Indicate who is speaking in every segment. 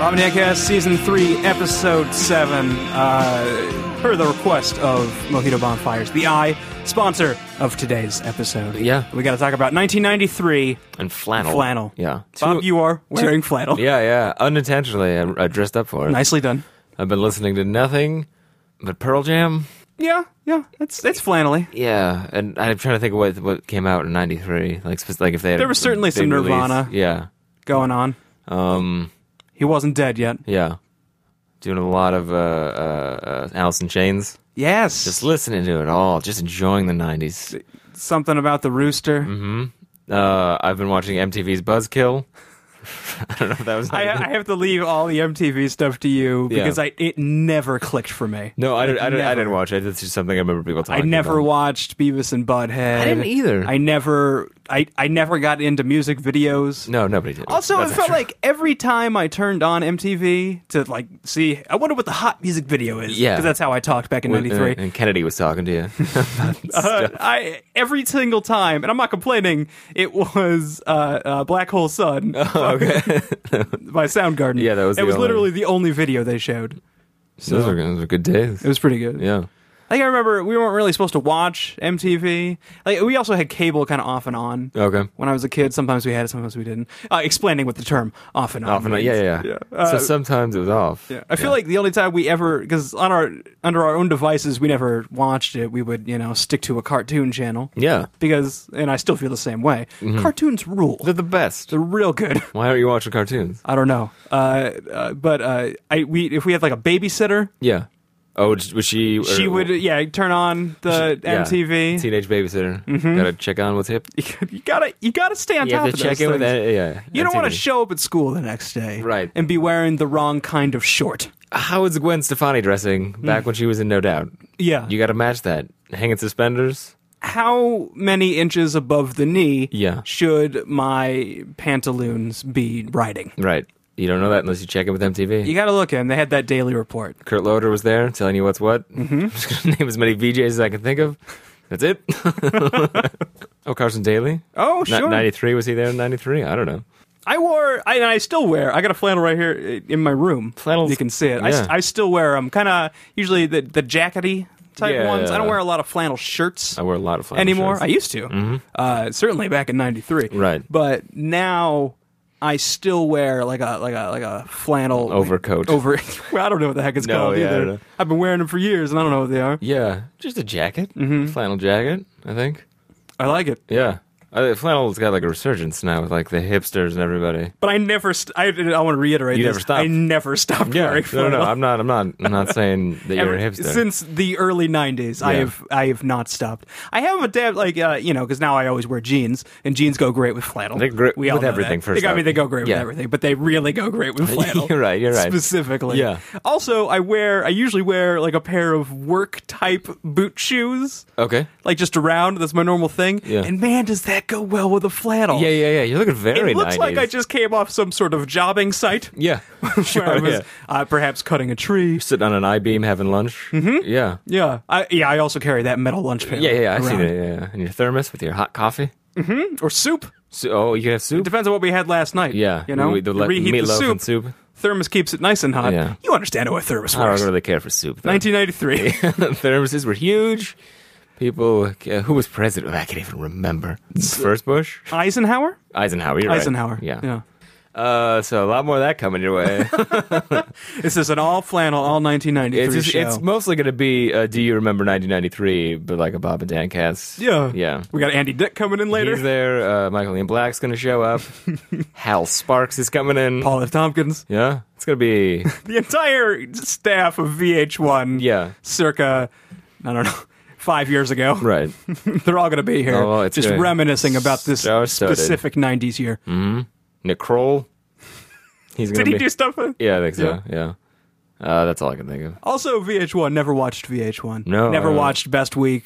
Speaker 1: Bombaniacast Season 3, Episode 7, uh, per the request of Mojito Bonfires, the I, sponsor of today's episode.
Speaker 2: Yeah.
Speaker 1: We got to talk about 1993
Speaker 2: and flannel.
Speaker 1: flannel.
Speaker 2: Yeah.
Speaker 1: Bob, you are wearing flannel.
Speaker 2: yeah, yeah. Unintentionally, I, I dressed up for it.
Speaker 1: Nicely done.
Speaker 2: I've been listening to nothing but Pearl Jam.
Speaker 1: Yeah, yeah. It's, it's flannelly.
Speaker 2: Yeah, and I'm trying to think of what what came out in '93. Like, spe- like if they had
Speaker 1: There
Speaker 2: a
Speaker 1: was certainly
Speaker 2: big
Speaker 1: some
Speaker 2: release.
Speaker 1: Nirvana.
Speaker 2: Yeah,
Speaker 1: Going on.
Speaker 2: um,
Speaker 1: He wasn't dead yet.
Speaker 2: yeah. Doing a lot of uh, uh, uh, Alice in Chains.
Speaker 1: Yes.
Speaker 2: Just listening to it all. Just enjoying the '90s.
Speaker 1: Something about the rooster.
Speaker 2: Mm-hmm. Uh, I've been watching MTV's Buzzkill. I don't know if that was.
Speaker 1: I, uh, I have to leave all the MTV stuff to you
Speaker 2: Yeah.
Speaker 1: because I it never clicked for me.
Speaker 2: no, I, did, I, did, I
Speaker 1: Never.
Speaker 2: didn't watch it. It's just something I remember people
Speaker 1: I
Speaker 2: talking.
Speaker 1: never
Speaker 2: About.
Speaker 1: watched Beavis and Butthead.
Speaker 2: I didn't either.
Speaker 1: I never I, I never got into music videos.
Speaker 2: No, nobody did.
Speaker 1: Also,
Speaker 2: That's
Speaker 1: it
Speaker 2: not
Speaker 1: felt
Speaker 2: true.
Speaker 1: like every time I turned on MTV to like see, I wonder what the hot music video is.
Speaker 2: Yeah.
Speaker 1: because that's how I talked back in
Speaker 2: When-
Speaker 1: '93.
Speaker 2: And Kennedy was talking to you.
Speaker 1: Uh, I every single time, and I'm not complaining. It was uh, uh, Black Hole Sun
Speaker 2: okay.
Speaker 1: by Soundgarden.
Speaker 2: Oh. Yeah, that was
Speaker 1: It
Speaker 2: the
Speaker 1: was
Speaker 2: only-
Speaker 1: literally the only video they showed.
Speaker 2: those, were, those were good days.
Speaker 1: It was pretty good.
Speaker 2: yeah.
Speaker 1: I think I remember we weren't really supposed to watch MTV. Like we also had cable kind of off and on.
Speaker 2: Okay.
Speaker 1: When I was a kid, sometimes we had it, sometimes we didn't. Uh, explaining what the term off and on.
Speaker 2: Off and on.
Speaker 1: means.
Speaker 2: Yeah, yeah. yeah. so
Speaker 1: Uh,
Speaker 2: sometimes it was off.
Speaker 1: yeah. I feel like the only time we ever, because on our under our own devices, we never watched it. We would, you know, stick to a cartoon channel
Speaker 2: Yeah.
Speaker 1: because, and I still feel the same way.
Speaker 2: Mm-hmm.
Speaker 1: Cartoons rule.
Speaker 2: They're the best.
Speaker 1: They're real good.
Speaker 2: Why aren't you watching cartoons?
Speaker 1: I don't know, uh, uh, but uh, I we if we had like a babysitter,
Speaker 2: Yeah. Oh, was was she? or-
Speaker 1: she would yeah turn on the
Speaker 2: Yeah.
Speaker 1: MTV.
Speaker 2: Teenage babysitter. Gotta check on what's hip.
Speaker 1: you gotta you gotta stay on
Speaker 2: You
Speaker 1: top
Speaker 2: have to
Speaker 1: of
Speaker 2: check
Speaker 1: Mm-hmm. those
Speaker 2: in with
Speaker 1: things.
Speaker 2: that. Yeah.
Speaker 1: You don't want to
Speaker 2: MTV.
Speaker 1: show up at school the next day,
Speaker 2: Right.
Speaker 1: And be wearing the wrong kind of short.
Speaker 2: How is Gwen Stefani dressing
Speaker 1: Mm.
Speaker 2: back when she was in No Doubt?
Speaker 1: Yeah.
Speaker 2: You gotta match that. Hanging suspenders.
Speaker 1: How many inches above the knee?
Speaker 2: Yeah.
Speaker 1: Should my pantaloons be riding?
Speaker 2: Right. You don't know that unless you check in with MTV.
Speaker 1: You gotta look in. They had that daily report.
Speaker 2: Kurt Loder was there telling you what's what. Mm-hmm. Just gonna name as many VJs as I can think of. That's it. oh, Carson Daly.
Speaker 1: Oh sure.
Speaker 2: Ninety three was he there in ninety three? I don't know.
Speaker 1: I wore, I, and I still wear. I got a flannel right here i- in my room.
Speaker 2: Flannels-
Speaker 1: you can see it. I s
Speaker 2: yeah.
Speaker 1: I I, still wear them. Kind of usually the the jackety type
Speaker 2: Yeah.
Speaker 1: ones. I don't wear a lot of flannel shirts
Speaker 2: I wear a lot of flannel
Speaker 1: anymore. I used
Speaker 2: shirts.
Speaker 1: to, uh, certainly back in '93.
Speaker 2: Mm-hmm. Right.
Speaker 1: but now I still wear like a like a like a flannel
Speaker 2: Overcoat.
Speaker 1: Over, well, I don't know what the heck it's
Speaker 2: No,
Speaker 1: called
Speaker 2: yeah, I don't
Speaker 1: either.
Speaker 2: know.
Speaker 1: I've been wearing them for years, and I don't know what they are.
Speaker 2: yeah, just a jacket,
Speaker 1: Mm-hmm.
Speaker 2: flannel jacket. I think.
Speaker 1: I like it,
Speaker 2: Yeah, I think flannel's got like a resurgence now with like the hipsters and everybody.
Speaker 1: but I never. St- I, I want to reiterate.
Speaker 2: You
Speaker 1: this.
Speaker 2: never stopped.
Speaker 1: I never stopped
Speaker 2: no,
Speaker 1: wearing
Speaker 2: no,
Speaker 1: flannel.
Speaker 2: no. I'm not. I'm not. I'm not saying that you're a
Speaker 1: Ever-
Speaker 2: hipster.
Speaker 1: Since the early '90s, I
Speaker 2: Yeah.
Speaker 1: have I have not stopped. I have adapted, like uh, you know, because now I always wear jeans, and jeans go great with flannel.
Speaker 2: They gr-
Speaker 1: we all
Speaker 2: with
Speaker 1: know
Speaker 2: everything,
Speaker 1: That.
Speaker 2: first
Speaker 1: They- I mean,
Speaker 2: off.
Speaker 1: they go great
Speaker 2: Yeah.
Speaker 1: with everything, but they really go great with flannel.
Speaker 2: You're right, you're right.
Speaker 1: Specifically,
Speaker 2: Yeah.
Speaker 1: Also, I wear I usually wear like a pair of work type boot shoes,
Speaker 2: okay.
Speaker 1: like just around. That's my normal thing.
Speaker 2: Yeah.
Speaker 1: And man, does that go well with a flannel?
Speaker 2: Yeah, yeah, yeah. You're looking very.
Speaker 1: It looks
Speaker 2: 90s.
Speaker 1: like I just came off some sort of jobbing site.
Speaker 2: Yeah. sure.
Speaker 1: where I was
Speaker 2: yeah.
Speaker 1: uh, perhaps cutting a tree,
Speaker 2: Sitting on an I beam having lunch. Mm-hmm. Yeah.
Speaker 1: Yeah, I, yeah. I also carry that metal lunch pail.
Speaker 2: Yeah, yeah, yeah, I've seen
Speaker 1: around.
Speaker 2: it. Yeah, yeah. And your thermos with your hot coffee.
Speaker 1: Or soup.
Speaker 2: So, oh, you can have soup.
Speaker 1: Depends on what we had last night.
Speaker 2: Yeah,
Speaker 1: you know,
Speaker 2: we- the le-
Speaker 1: reheat the
Speaker 2: meatloaf
Speaker 1: soup.
Speaker 2: and soup.
Speaker 1: Thermos keeps it nice and hot.
Speaker 2: Yeah.
Speaker 1: You understand how a thermos
Speaker 2: I
Speaker 1: works?
Speaker 2: don't really care for soup. though.
Speaker 1: 1993.
Speaker 2: Thermoses were huge. People, uh, who was president? I can't even remember. First Bush,
Speaker 1: Eisenhower.
Speaker 2: Eisenhower. You're right.
Speaker 1: uh, Eisenhower.
Speaker 2: Yeah.
Speaker 1: yeah.
Speaker 2: Uh, so a lot more of that coming your way.
Speaker 1: This is an all flannel, all 1993
Speaker 2: it's just,
Speaker 1: show.
Speaker 2: it's mostly going to be. Uh, Do you remember 1993? But like a Bob and Dan cast.
Speaker 1: yeah,
Speaker 2: Yeah.
Speaker 1: We got Andy Dick coming in later.
Speaker 2: He's there. Uh, Michael Ian Black's going to show up. Hal Sparks is coming in.
Speaker 1: Paul F. Tompkins.
Speaker 2: Yeah, it's going to be.
Speaker 1: The entire staff of VH1.
Speaker 2: Yeah.
Speaker 1: Circa, I don't know, five years ago.
Speaker 2: Right.
Speaker 1: They're all going to be here,
Speaker 2: Oh, it's
Speaker 1: just
Speaker 2: good.
Speaker 1: reminiscing about this
Speaker 2: Star-studded.
Speaker 1: specific 90s year.
Speaker 2: Nick Kroll. He's Mm-hmm. gonna
Speaker 1: Did he
Speaker 2: be-
Speaker 1: do stuff? with-
Speaker 2: Yeah, I think
Speaker 1: Yeah.
Speaker 2: so. Yeah. Uh, that's all I can think of.
Speaker 1: Also, VH1 never watched VH1.
Speaker 2: No,
Speaker 1: never
Speaker 2: I don't.
Speaker 1: watched Best Week.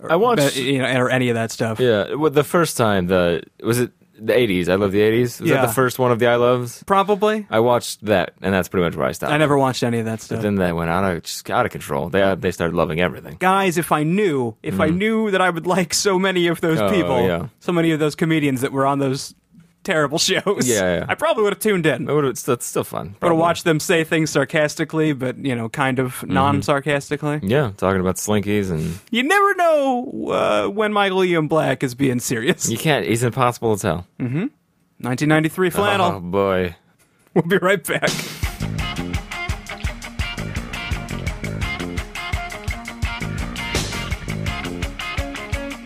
Speaker 1: Or,
Speaker 2: I watched-
Speaker 1: Be- you know, or any of that stuff.
Speaker 2: Yeah, well, the first time the was it the '80s? I love the '80s. Was
Speaker 1: Yeah.
Speaker 2: that the first one of the I loves?
Speaker 1: Probably.
Speaker 2: I watched that, and that's pretty much where I stopped.
Speaker 1: I never watched any of that stuff.
Speaker 2: Then they went out of just out of control. They they started loving everything.
Speaker 1: Guys, if I knew, if I knew that I would like so many of those
Speaker 2: Mm-hmm. Oh,
Speaker 1: people,
Speaker 2: yeah.
Speaker 1: so many of those comedians that were on those terrible shows.
Speaker 2: Yeah, yeah.
Speaker 1: I probably would have tuned in.
Speaker 2: It
Speaker 1: Would
Speaker 2: would've- That's still fun.
Speaker 1: have
Speaker 2: probably. Mm-hmm.
Speaker 1: watched them say things sarcastically, but you know, kind of non-sarcastically.
Speaker 2: Yeah, talking about slinkies and
Speaker 1: You never know uh, when Michael Ian Black is being serious.
Speaker 2: you can't. He's impossible to tell.
Speaker 1: 1993 flannel.
Speaker 2: Oh boy.
Speaker 1: We'll be right back.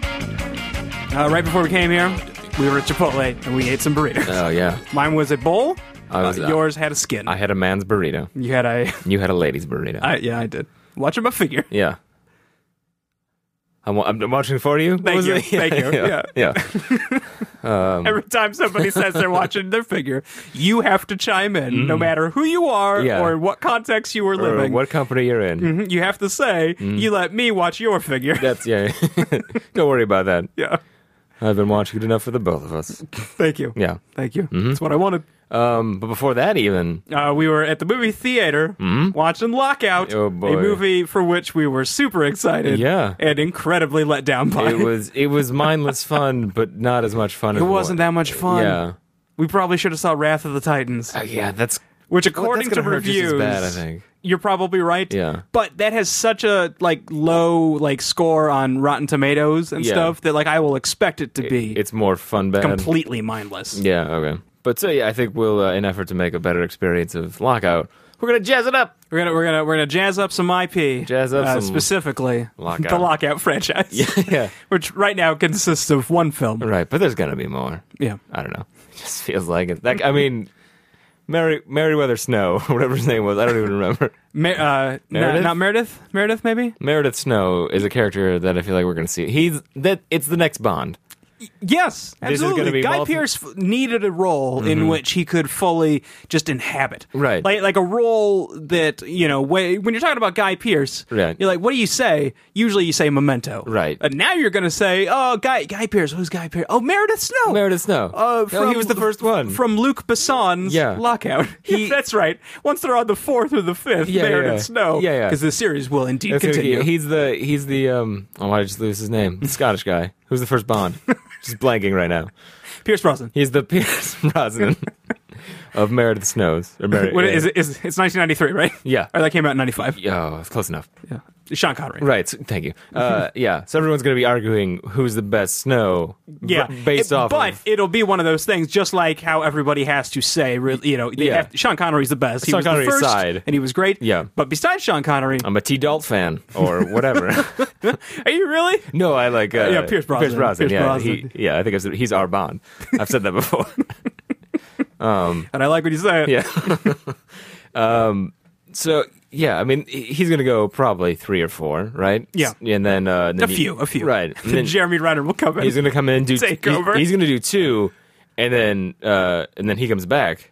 Speaker 1: Uh, right before we came here, we were at Chipotle and we ate some burritos.
Speaker 2: Oh yeah.
Speaker 1: Mine was a bowl.
Speaker 2: I was-
Speaker 1: uh, yours had a skin.
Speaker 2: I had a man's burrito.
Speaker 1: you had a.
Speaker 2: You had a lady's burrito.
Speaker 1: I, yeah, I did. Watching my figure.
Speaker 2: yeah. I'm, wa- I'm watching for you. What
Speaker 1: Thank
Speaker 2: was
Speaker 1: you.
Speaker 2: it?
Speaker 1: Thank you.
Speaker 2: Yeah. yeah. Um,
Speaker 1: Every time somebody says they're watching their figure, you have to chime in, no matter who you are
Speaker 2: Mm. Yeah.
Speaker 1: or what context you were
Speaker 2: Or
Speaker 1: living.
Speaker 2: what company you're in?
Speaker 1: You have to say, you let me watch your figure.
Speaker 2: That's yeah. Don't worry about that.
Speaker 1: yeah.
Speaker 2: I've been watching it enough for the both of us.
Speaker 1: Thank you.
Speaker 2: Yeah.
Speaker 1: Thank you.
Speaker 2: Mm-hmm.
Speaker 1: That's what I wanted.
Speaker 2: Um, but before that, even
Speaker 1: Uh, we were at the movie theater watching Lockout,
Speaker 2: Mm-hmm. Oh,
Speaker 1: a
Speaker 2: boy.
Speaker 1: movie for which we were super excited
Speaker 2: Yeah.
Speaker 1: and incredibly let down by.
Speaker 2: it was it was mindless fun, but not as much fun.
Speaker 1: It wasn't that much fun. Oh,
Speaker 2: Yeah.
Speaker 1: We probably should have saw Wrath of the Titans,
Speaker 2: Uh, yeah. That's
Speaker 1: which
Speaker 2: well, that's
Speaker 1: according to
Speaker 2: gonna hurt just
Speaker 1: reviews,
Speaker 2: as bad. I think.
Speaker 1: you're probably right.
Speaker 2: Yeah.
Speaker 1: But that has such a like low like score on Rotten Tomatoes and
Speaker 2: Yeah.
Speaker 1: stuff that like I will expect it to be
Speaker 2: It's more fun bad.
Speaker 1: completely mindless.
Speaker 2: Yeah, okay. But so yeah, I think we'll uh, in effort to make a better experience of lockout, we're gonna jazz it up.
Speaker 1: We're gonna we're gonna we're gonna jazz up some IP.
Speaker 2: Jazz up
Speaker 1: uh,
Speaker 2: some
Speaker 1: specifically
Speaker 2: Lockout.
Speaker 1: the Lockout franchise.
Speaker 2: yeah.
Speaker 1: which right now consists of one film.
Speaker 2: Right, but there's gonna be more.
Speaker 1: Yeah.
Speaker 2: I don't know. It just feels like it. Like I mean, Mary Meriwether Snow, whatever his name was, I don't even remember.
Speaker 1: Mer- uh, not-
Speaker 2: Meredith?
Speaker 1: Not, Meredith. Meredith, maybe.
Speaker 2: Meredith Snow is a character that I feel like we're gonna see. He's that. It's the next Bond.
Speaker 1: Yes,
Speaker 2: is gonna
Speaker 1: absolutely.
Speaker 2: be
Speaker 1: Guy
Speaker 2: multi- Mm-hmm.
Speaker 1: Pearce Pierce needed a role in which he could fully just inhabit,
Speaker 2: Right.
Speaker 1: Like like a role that you know wh- when you're talking about Guy Pierce,
Speaker 2: Right.
Speaker 1: You're like, what do you say? Usually, you say Memento,
Speaker 2: Right.
Speaker 1: And now you're gonna say, oh, Guy Guy Pierce. Who's Guy Pierce? Oh, Meredith Snow.
Speaker 2: Meredith Snow.
Speaker 1: Uh,
Speaker 2: No, he was the first one.
Speaker 1: from Luke Besson's
Speaker 2: Yeah.
Speaker 1: Lockout.
Speaker 2: He-
Speaker 1: That's right. Once they're on the fourth or the fifth,
Speaker 2: Yeah,
Speaker 1: Meredith
Speaker 2: yeah.
Speaker 1: Snow,
Speaker 2: Yeah, yeah.
Speaker 1: because the series will indeed
Speaker 2: That's who he-
Speaker 1: continue.
Speaker 2: he's the he's the um. Oh, I just lose his name. The Scottish guy who's the first Bond. just blanking right now.
Speaker 1: Pierce Brosnan.
Speaker 2: He's the Pierce Brosnan of Meredith Snows. Or Meredith,
Speaker 1: What is it? Is, it's 1993, right?
Speaker 2: Yeah.
Speaker 1: Or that came out in 95.
Speaker 2: Oh, it's close enough.
Speaker 1: Yeah. Sean Connery.
Speaker 2: Right. so- thank you. Uh, yeah. So everyone's going to be arguing who's the best snow. b-
Speaker 1: Yeah.
Speaker 2: based
Speaker 1: It-
Speaker 2: off.
Speaker 1: But
Speaker 2: of,
Speaker 1: it'll be one of those things, just like how everybody has to say, re- you know, they
Speaker 2: Yeah.
Speaker 1: have- Sean Connery's the best. He
Speaker 2: Sean
Speaker 1: was the
Speaker 2: Connery's
Speaker 1: first,
Speaker 2: side.
Speaker 1: and he was great.
Speaker 2: Yeah. Um,
Speaker 1: But besides Sean Connery,
Speaker 2: I'm a T. Dalt fan or whatever.
Speaker 1: are you really?
Speaker 2: no, I like. Uh,
Speaker 1: yeah, Pierce Brosnan.
Speaker 2: Pierce Brosnan.
Speaker 1: Pierce
Speaker 2: yeah,
Speaker 1: Brosnan.
Speaker 2: He, yeah, I think I've said, he's our Bond. I've said that before.
Speaker 1: And I like what you said.
Speaker 2: yeah. um. So yeah, I mean, he- he's going to go probably three or four, right?
Speaker 1: Yeah.
Speaker 2: And then uh, then
Speaker 1: A
Speaker 2: he-
Speaker 1: few, a few.
Speaker 2: Right. And then-
Speaker 1: Jeremy Renner will come in.
Speaker 2: he's gonna come in and do
Speaker 1: Take
Speaker 2: he-
Speaker 1: over.
Speaker 2: he's gonna do two, and then uh, and then he comes back.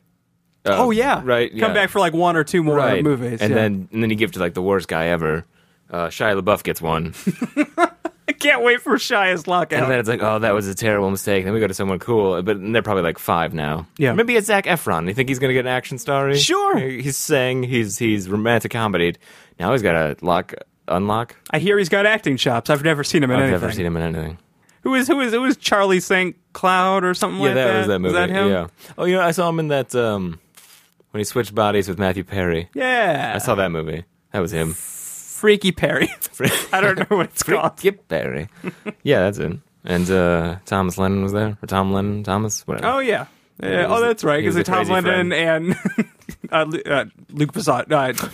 Speaker 2: Uh,
Speaker 1: Oh yeah,
Speaker 2: right.
Speaker 1: Come back for like one or two more
Speaker 2: right
Speaker 1: movies,
Speaker 2: and
Speaker 1: yeah.
Speaker 2: then and then you give to like the worst guy ever. Uh, Shia LaBeouf gets one,
Speaker 1: I can't wait for Shia's
Speaker 2: and
Speaker 1: lockout.
Speaker 2: then it's like, oh, that was a terrible mistake. Then we go to someone cool, but they're probably like five now.
Speaker 1: Yeah.
Speaker 2: maybe it's Zach Efron. You think he's gonna get an action star?
Speaker 1: Sure.
Speaker 2: He's saying he's he's romantic comedied. Now he's gotta lock unlock.
Speaker 1: I hear he's got acting chops. I've never seen him in
Speaker 2: I've
Speaker 1: anything.
Speaker 2: never seen him in anything.
Speaker 1: Who is who is who is Charlie St. Cloud or something
Speaker 2: Yeah,
Speaker 1: like
Speaker 2: that
Speaker 1: that?
Speaker 2: was that
Speaker 1: Is
Speaker 2: movie.
Speaker 1: that him?
Speaker 2: Yeah. Oh, you know, I saw him in that um, when he switched bodies with Matthew Perry.
Speaker 1: Yeah.
Speaker 2: I saw that movie. That was him.
Speaker 1: Freaky Perry. I don't know what it's called.
Speaker 2: Skip Barry. yeah, that's it. And uh, Thomas Lennon was there, or Tom Lennon, Thomas, whatever.
Speaker 1: Oh yeah. Yeah, oh,
Speaker 2: was-
Speaker 1: that's right.
Speaker 2: he was
Speaker 1: Because Tom
Speaker 2: a crazy
Speaker 1: Lennon and uh, Lu- uh, Luke Besson, uh,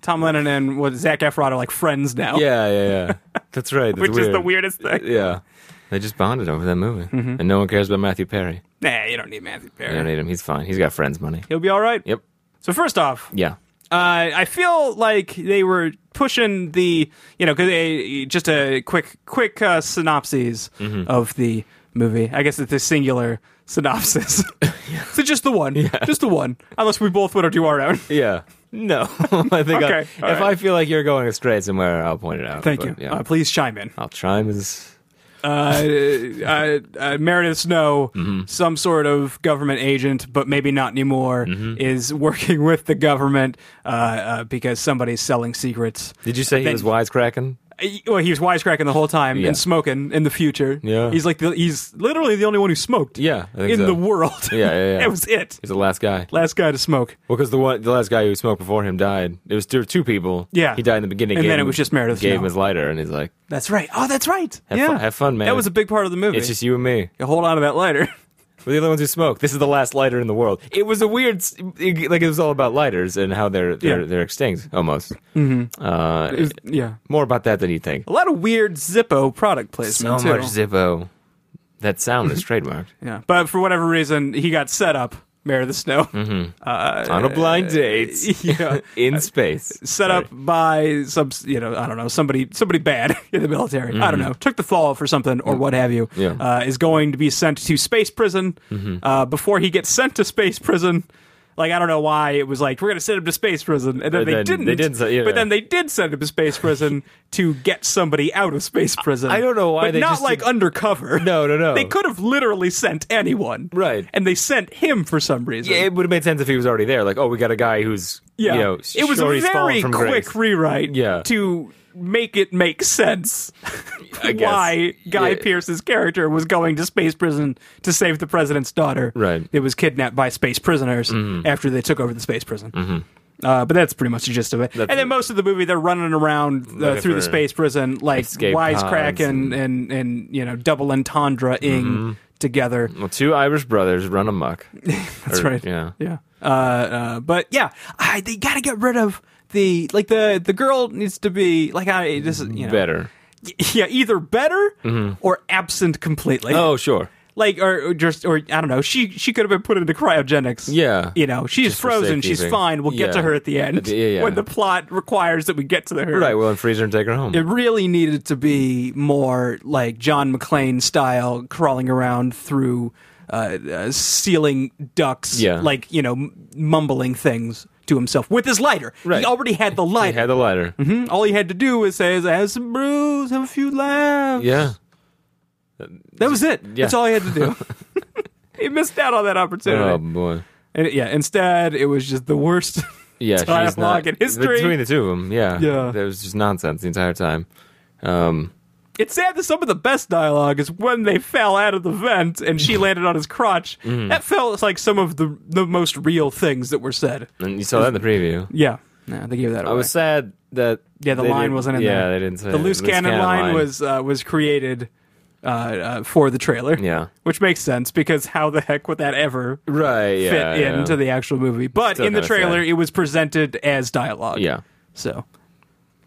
Speaker 1: Tom Lennon and what Zach Efron are like friends now.
Speaker 2: Yeah, yeah, yeah. That's right. That's
Speaker 1: which is the Mm-hmm.
Speaker 2: weird.
Speaker 1: weirdest thing.
Speaker 2: Yeah, they just bonded over that movie, and no one cares about Matthew Perry.
Speaker 1: Nah, you don't need Matthew
Speaker 2: I
Speaker 1: Perry.
Speaker 2: don't need him. He's fine. He's got friends money.
Speaker 1: He'll be all right.
Speaker 2: Yep.
Speaker 1: So first off,
Speaker 2: Yeah.
Speaker 1: Uh, I feel like they were pushing the you know 'cause they just a quick quick uh, synopses
Speaker 2: Mm-hmm.
Speaker 1: of the movie. I guess it's a singular synopsis. So just the one, just the one. Unless we both want to do our own.
Speaker 2: Yeah. No, I think I,
Speaker 1: Okay,
Speaker 2: if
Speaker 1: all right.
Speaker 2: I feel like you're going astray somewhere, I'll point it out.
Speaker 1: Thank
Speaker 2: but,
Speaker 1: you.
Speaker 2: Yeah.
Speaker 1: Uh, please chime in.
Speaker 2: I'll chime as
Speaker 1: Uh, uh, uh, Meredith Snow,
Speaker 2: Mm-hmm.
Speaker 1: some sort of government agent, but maybe not anymore,
Speaker 2: Mm-hmm.
Speaker 1: is working with the government uh, uh, because somebody's selling secrets.
Speaker 2: Did you say he
Speaker 1: Then-
Speaker 2: was wisecracking?
Speaker 1: well, he was wisecracking the whole time
Speaker 2: Yeah.
Speaker 1: and smoking in the future.
Speaker 2: Yeah.
Speaker 1: he's like the, he's literally the only one who smoked.
Speaker 2: Yeah, I think
Speaker 1: in
Speaker 2: so.
Speaker 1: the world.
Speaker 2: Yeah, yeah, yeah.
Speaker 1: that was it.
Speaker 2: He's the last guy.
Speaker 1: Last guy to smoke,
Speaker 2: Well, because the one, the last guy who smoked before him died. It was there were two people.
Speaker 1: Yeah.
Speaker 2: he died in the beginning,
Speaker 1: And
Speaker 2: gave
Speaker 1: then it
Speaker 2: him-
Speaker 1: was just Meredith
Speaker 2: Gave
Speaker 1: Snow.
Speaker 2: him his lighter, and he's like,
Speaker 1: That's right. Oh, that's right.
Speaker 2: "Have,
Speaker 1: yeah,
Speaker 2: fun, have fun, man."
Speaker 1: that was a big part of the movie.
Speaker 2: It's just you and me.
Speaker 1: you hold on to that lighter.
Speaker 2: We're the only ones who smoke. This is the last lighter in the world. It was a weird, s- it- like it was all about lighters and how they're they're,
Speaker 1: Yeah.
Speaker 2: they're extinct almost. Mm-hmm. Uh,
Speaker 1: It was- yeah,
Speaker 2: more about that than you think.
Speaker 1: a lot of weird Zippo product placement.
Speaker 2: so much
Speaker 1: too.
Speaker 2: Zippo. That sound is trademarked.
Speaker 1: Yeah, but for whatever reason, he got set up. Mayor of the Snow,
Speaker 2: On a blind date
Speaker 1: Uh, yeah.
Speaker 2: in space.
Speaker 1: set up by some, you know, I don't know, somebody, somebody bad in the military. I don't know, took the fall for something or what have you.
Speaker 2: Mm-hmm. Mm. Yeah. Mm-hmm.
Speaker 1: Uh, is going to be sent to space prison. Uh, before he gets sent to space prison, like I don't know why it was like we're going to send him to space prison, and then
Speaker 2: But
Speaker 1: they
Speaker 2: then
Speaker 1: didn't.
Speaker 2: they did se- yeah.
Speaker 1: But then they did send him to space prison to get somebody out of space prison.
Speaker 2: I don't know why
Speaker 1: but
Speaker 2: they
Speaker 1: not
Speaker 2: just
Speaker 1: like
Speaker 2: did-
Speaker 1: undercover.
Speaker 2: No, no, no.
Speaker 1: They could have literally sent anyone,
Speaker 2: Right.
Speaker 1: And they sent him for some reason.
Speaker 2: Yeah, it would have made sense if he was already there. Like, oh, we got a guy who's
Speaker 1: Yeah,
Speaker 2: you know,
Speaker 1: it was a
Speaker 2: sure he's fallen
Speaker 1: very
Speaker 2: from
Speaker 1: quick
Speaker 2: grace.
Speaker 1: rewrite.
Speaker 2: Yeah.
Speaker 1: to make it make sense
Speaker 2: I guess.
Speaker 1: why Guy
Speaker 2: Yeah.
Speaker 1: Pierce's character was going to space prison to save the president's daughter.
Speaker 2: Right. Mm-hmm.
Speaker 1: it was kidnapped by space prisoners after they took over the space prison. Uh, but that's pretty much the gist of it. and then most of the movie, they're running around uh,
Speaker 2: Looking
Speaker 1: through the
Speaker 2: for
Speaker 1: space prison, like
Speaker 2: escape pods
Speaker 1: wisecrack and,
Speaker 2: and- Mm-hmm.
Speaker 1: and and you know double entendre ing together.
Speaker 2: Well, two Irish brothers run amok.
Speaker 1: That's right.
Speaker 2: Yeah.
Speaker 1: Yeah. Uh, uh, but yeah, I, they gotta get rid of the like the the girl needs to be like I this is you know
Speaker 2: Better. Mm-hmm.
Speaker 1: yeah either better or absent completely
Speaker 2: Oh, sure.
Speaker 1: like or, or just or I don't know she she could have been put into cryogenics
Speaker 2: Yeah.
Speaker 1: you know she's
Speaker 2: for
Speaker 1: frozen she's
Speaker 2: safekeeping.
Speaker 1: fine we'll get
Speaker 2: Yeah.
Speaker 1: to her at the end
Speaker 2: the- yeah, yeah.
Speaker 1: when the plot requires that we get to the her
Speaker 2: Right, well, and freeze her and take her home.
Speaker 1: it really needed to be more like John McClane style, crawling around through uh, uh, ceiling ducts,
Speaker 2: Yeah.
Speaker 1: like you know, m- mumbling things to himself with his lighter.
Speaker 2: Right.
Speaker 1: He already had the
Speaker 2: He
Speaker 1: lighter.
Speaker 2: had the lighter.
Speaker 1: Mhm. All he had to do was say, "I have some brews, have a few laughs."
Speaker 2: Yeah.
Speaker 1: that was it.
Speaker 2: Yeah.
Speaker 1: That's all he had to do. he missed out on that
Speaker 2: Oh
Speaker 1: opportunity.
Speaker 2: boy.
Speaker 1: and yeah, instead it was just the worst.
Speaker 2: Yeah, she's
Speaker 1: Dialogue
Speaker 2: not,
Speaker 1: and history.
Speaker 2: between the two of them. Yeah,
Speaker 1: Yeah.
Speaker 2: There was just nonsense the entire time. Um,
Speaker 1: It's sad that some of the best dialogue is when they fell out of the vent and she landed on his crotch.
Speaker 2: Mm.
Speaker 1: That felt like some of the the most real things that were said.
Speaker 2: and you saw that in the preview.
Speaker 1: Yeah, yeah, they gave that
Speaker 2: I
Speaker 1: away.
Speaker 2: was sad that
Speaker 1: yeah, the
Speaker 2: they
Speaker 1: line
Speaker 2: didn't-
Speaker 1: wasn't in
Speaker 2: yeah,
Speaker 1: there.
Speaker 2: they didn't say
Speaker 1: the
Speaker 2: it.
Speaker 1: loose cannon, line, was uh, was created uh, uh, for the trailer.
Speaker 2: Yeah.
Speaker 1: which makes sense because how the heck would that ever
Speaker 2: right.
Speaker 1: fit
Speaker 2: Yeah, yeah.
Speaker 1: into the actual movie? But
Speaker 2: Still
Speaker 1: in the
Speaker 2: kinda sad.
Speaker 1: trailer, it was presented as dialogue.
Speaker 2: yeah,
Speaker 1: so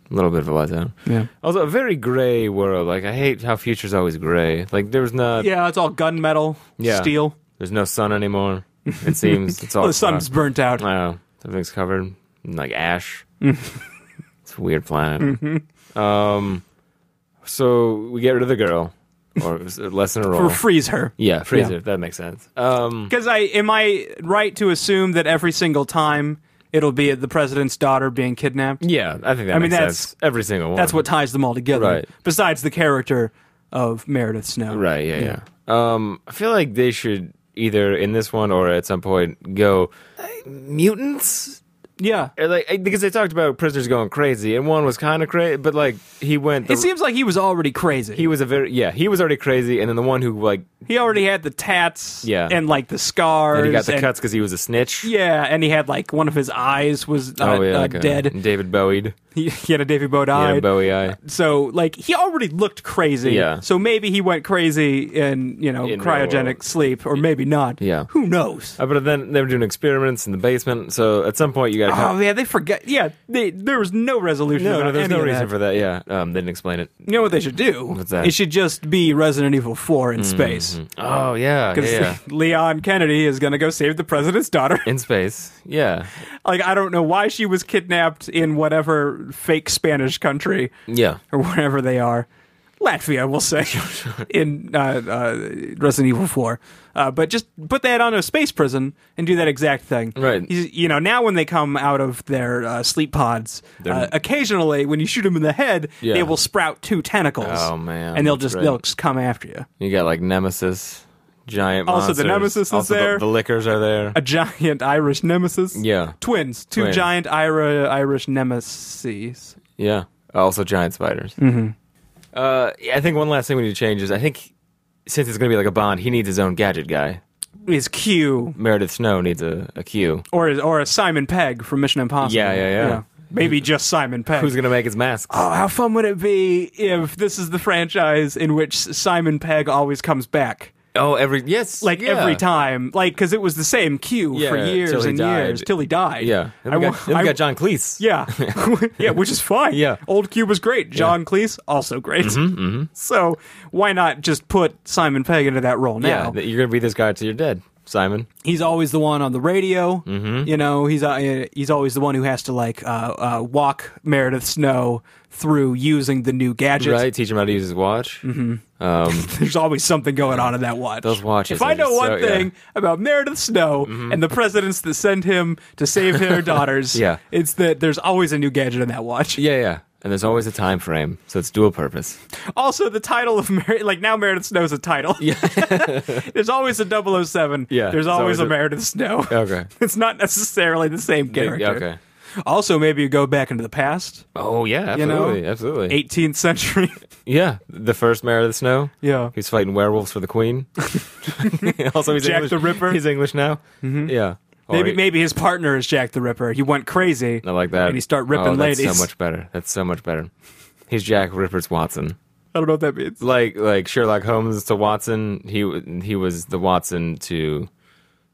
Speaker 2: a little bit of a letdown.
Speaker 1: yeah,
Speaker 2: Also, a very gray world. Like I hate how future's always gray. Like there was not.
Speaker 1: yeah, it's all gunmetal,
Speaker 2: Yeah. Oh,
Speaker 1: steel.
Speaker 2: There's no sun anymore. It seems it's all
Speaker 1: the sun's burnt out.
Speaker 2: Wow, everything's covered in like ash. it's a weird planet.
Speaker 1: Mm-hmm.
Speaker 2: Um, so we get rid of the girl, or is it less than a
Speaker 1: Or
Speaker 2: roll.
Speaker 1: freeze her.
Speaker 2: yeah, freeze
Speaker 1: Yeah.
Speaker 2: it. That makes sense. Um,
Speaker 1: Because I am I right to assume that every single time it'll be the president's daughter being kidnapped.
Speaker 2: yeah, I think that. I
Speaker 1: mean,
Speaker 2: makes
Speaker 1: that's-
Speaker 2: sense. every single one.
Speaker 1: That's what ties them all together.
Speaker 2: Right.
Speaker 1: Besides the character of Meredith Snow.
Speaker 2: Right. Yeah. Yeah. Um, I feel like they should either in this one or at some point go "Uh, mutants.
Speaker 1: Yeah.
Speaker 2: Or, Like I- because they talked about prisoners going crazy, and one was kind of crazy, but like he went. The,
Speaker 1: It seems like he was already crazy.
Speaker 2: he
Speaker 1: He,
Speaker 2: was a very yeah. He was already crazy, and then the one who like
Speaker 1: already had the tats.
Speaker 2: Yeah.
Speaker 1: And like the scars.
Speaker 2: And he got the
Speaker 1: and-
Speaker 2: cuts because he was a snitch.
Speaker 1: Yeah, and he had like one of his eyes was uh,
Speaker 2: Oh yeah,
Speaker 1: uh,
Speaker 2: like a
Speaker 1: dead.
Speaker 2: David Bowie.
Speaker 1: He, he had a Davy Bowie
Speaker 2: Yeah,
Speaker 1: eye.
Speaker 2: Bowie eye.
Speaker 1: so like he already looked crazy.
Speaker 2: Yeah.
Speaker 1: So maybe he went crazy in you know
Speaker 2: In real
Speaker 1: cryogenic
Speaker 2: world.
Speaker 1: sleep, or maybe not.
Speaker 2: Yeah.
Speaker 1: Who knows?
Speaker 2: Uh, But then they were doing experiments in the basement, so at some point you got to.
Speaker 1: Oh yeah, they forget. Yeah, they, there was no resolution.
Speaker 2: Uh, no,
Speaker 1: about
Speaker 2: no, there's
Speaker 1: any
Speaker 2: no
Speaker 1: of
Speaker 2: reason
Speaker 1: that.
Speaker 2: for that. Yeah, um, they didn't explain it.
Speaker 1: You know what they should do?
Speaker 2: What's that?
Speaker 1: It should just be Resident Evil Four in space.
Speaker 2: Oh yeah, yeah,
Speaker 1: Because
Speaker 2: yeah.
Speaker 1: Leon Kennedy is going to go save the president's daughter.
Speaker 2: in space. Yeah,
Speaker 1: like I don't know why she was kidnapped in whatever fake Spanish country
Speaker 2: yeah.
Speaker 1: or wherever they are. Latvia, we'll say, in uh, uh, Resident Evil 4. Uh, but just put that on a space prison and do that exact thing.
Speaker 2: Right.
Speaker 1: You, you know, now when they come out of their uh, sleep pods,
Speaker 2: They're-
Speaker 1: uh, occasionally when you shoot them in the head,
Speaker 2: Yeah.
Speaker 1: they will sprout two tentacles.
Speaker 2: Oh, man,
Speaker 1: And they'll
Speaker 2: that's
Speaker 1: just
Speaker 2: right.
Speaker 1: they'll just come after you.
Speaker 2: You got like Nemesis, giant.
Speaker 1: Also, the
Speaker 2: monsters.
Speaker 1: Nemesis is
Speaker 2: Also, the-
Speaker 1: there.
Speaker 2: The, liquors are there.
Speaker 1: A giant Irish nemesis.
Speaker 2: Yeah.
Speaker 1: Twins. Two
Speaker 2: Twins.
Speaker 1: giant Ira, Irish nemesis.
Speaker 2: Yeah. Also, giant spiders. Mm-hmm. Uh, yeah, I think one last thing we need to change is I think since it's going to be like a Bond, he needs his own gadget guy.
Speaker 1: Is Q
Speaker 2: Meredith Snow needs a, a cue.
Speaker 1: or or a Simon Pegg from Mission Impossible?
Speaker 2: Yeah, yeah, yeah.
Speaker 1: Maybe just Simon Pegg.
Speaker 2: Who's going to make his masks?
Speaker 1: Oh, how fun would it be if this is the franchise in which Simon Pegg always comes back?
Speaker 2: Oh, every yes,
Speaker 1: Like
Speaker 2: yeah.
Speaker 1: every time, like because it was the same cue
Speaker 2: Yeah,
Speaker 1: for years
Speaker 2: till he
Speaker 1: and
Speaker 2: died.
Speaker 1: years till he died.
Speaker 2: Yeah, then we,
Speaker 1: I
Speaker 2: got,
Speaker 1: wa-
Speaker 2: then we
Speaker 1: I-
Speaker 2: got John Cleese.
Speaker 1: Yeah, yeah, which is fine.
Speaker 2: Yeah. Mm-hmm,
Speaker 1: old Q was great. John Cleese also great. So why not just put Simon Pegg into that role
Speaker 2: yeah.
Speaker 1: now?
Speaker 2: that You're going to be this guy till you're dead, Simon.
Speaker 1: he's always the one on the radio.
Speaker 2: Mm-hmm.
Speaker 1: You know, he's uh, he's always the one who has to like uh, uh, walk Meredith Snow through using the new gadgets.
Speaker 2: right? Teach him how to use his watch. Mm-hmm. Um,
Speaker 1: There's always something going on in that watch.
Speaker 2: Those watches
Speaker 1: If I
Speaker 2: are
Speaker 1: know
Speaker 2: just
Speaker 1: one
Speaker 2: so- yeah. Mm-hmm.
Speaker 1: thing about Meredith Snow and the presidents that send him to save their daughters,
Speaker 2: Yeah.
Speaker 1: it's that there's always a new gadget in that watch.
Speaker 2: yeah, yeah. And there's always a time frame, so it's dual purpose.
Speaker 1: Also, the title of Mer- like now Meredith Snow's a title. Yeah. there's always a 007.
Speaker 2: Yeah,
Speaker 1: There's
Speaker 2: it's
Speaker 1: always
Speaker 2: always
Speaker 1: a,
Speaker 2: a-
Speaker 1: Meredith Snow.
Speaker 2: Okay.
Speaker 1: It's not necessarily the same character.
Speaker 2: Okay.
Speaker 1: Also, maybe you go back into the past,
Speaker 2: Oh yeah,
Speaker 1: know?
Speaker 2: absolutely, absolutely.
Speaker 1: 18th century.
Speaker 2: Yeah, the first Mayor of the Snow.
Speaker 1: yeah.
Speaker 2: He's fighting werewolves for the Queen. also, he's
Speaker 1: Jack
Speaker 2: English.
Speaker 1: the Ripper. Mm-hmm.
Speaker 2: He's English now. Yeah. Or
Speaker 1: Maybe
Speaker 2: he-
Speaker 1: maybe his partner is Jack the Ripper. He went crazy.
Speaker 2: I like that.
Speaker 1: And he start ripping
Speaker 2: oh, that's
Speaker 1: ladies.
Speaker 2: so much better. That's so much better. He's Jack Ripper's Watson.
Speaker 1: I don't know what that means.
Speaker 2: Like like Sherlock Holmes to Watson. He w- he was the Watson to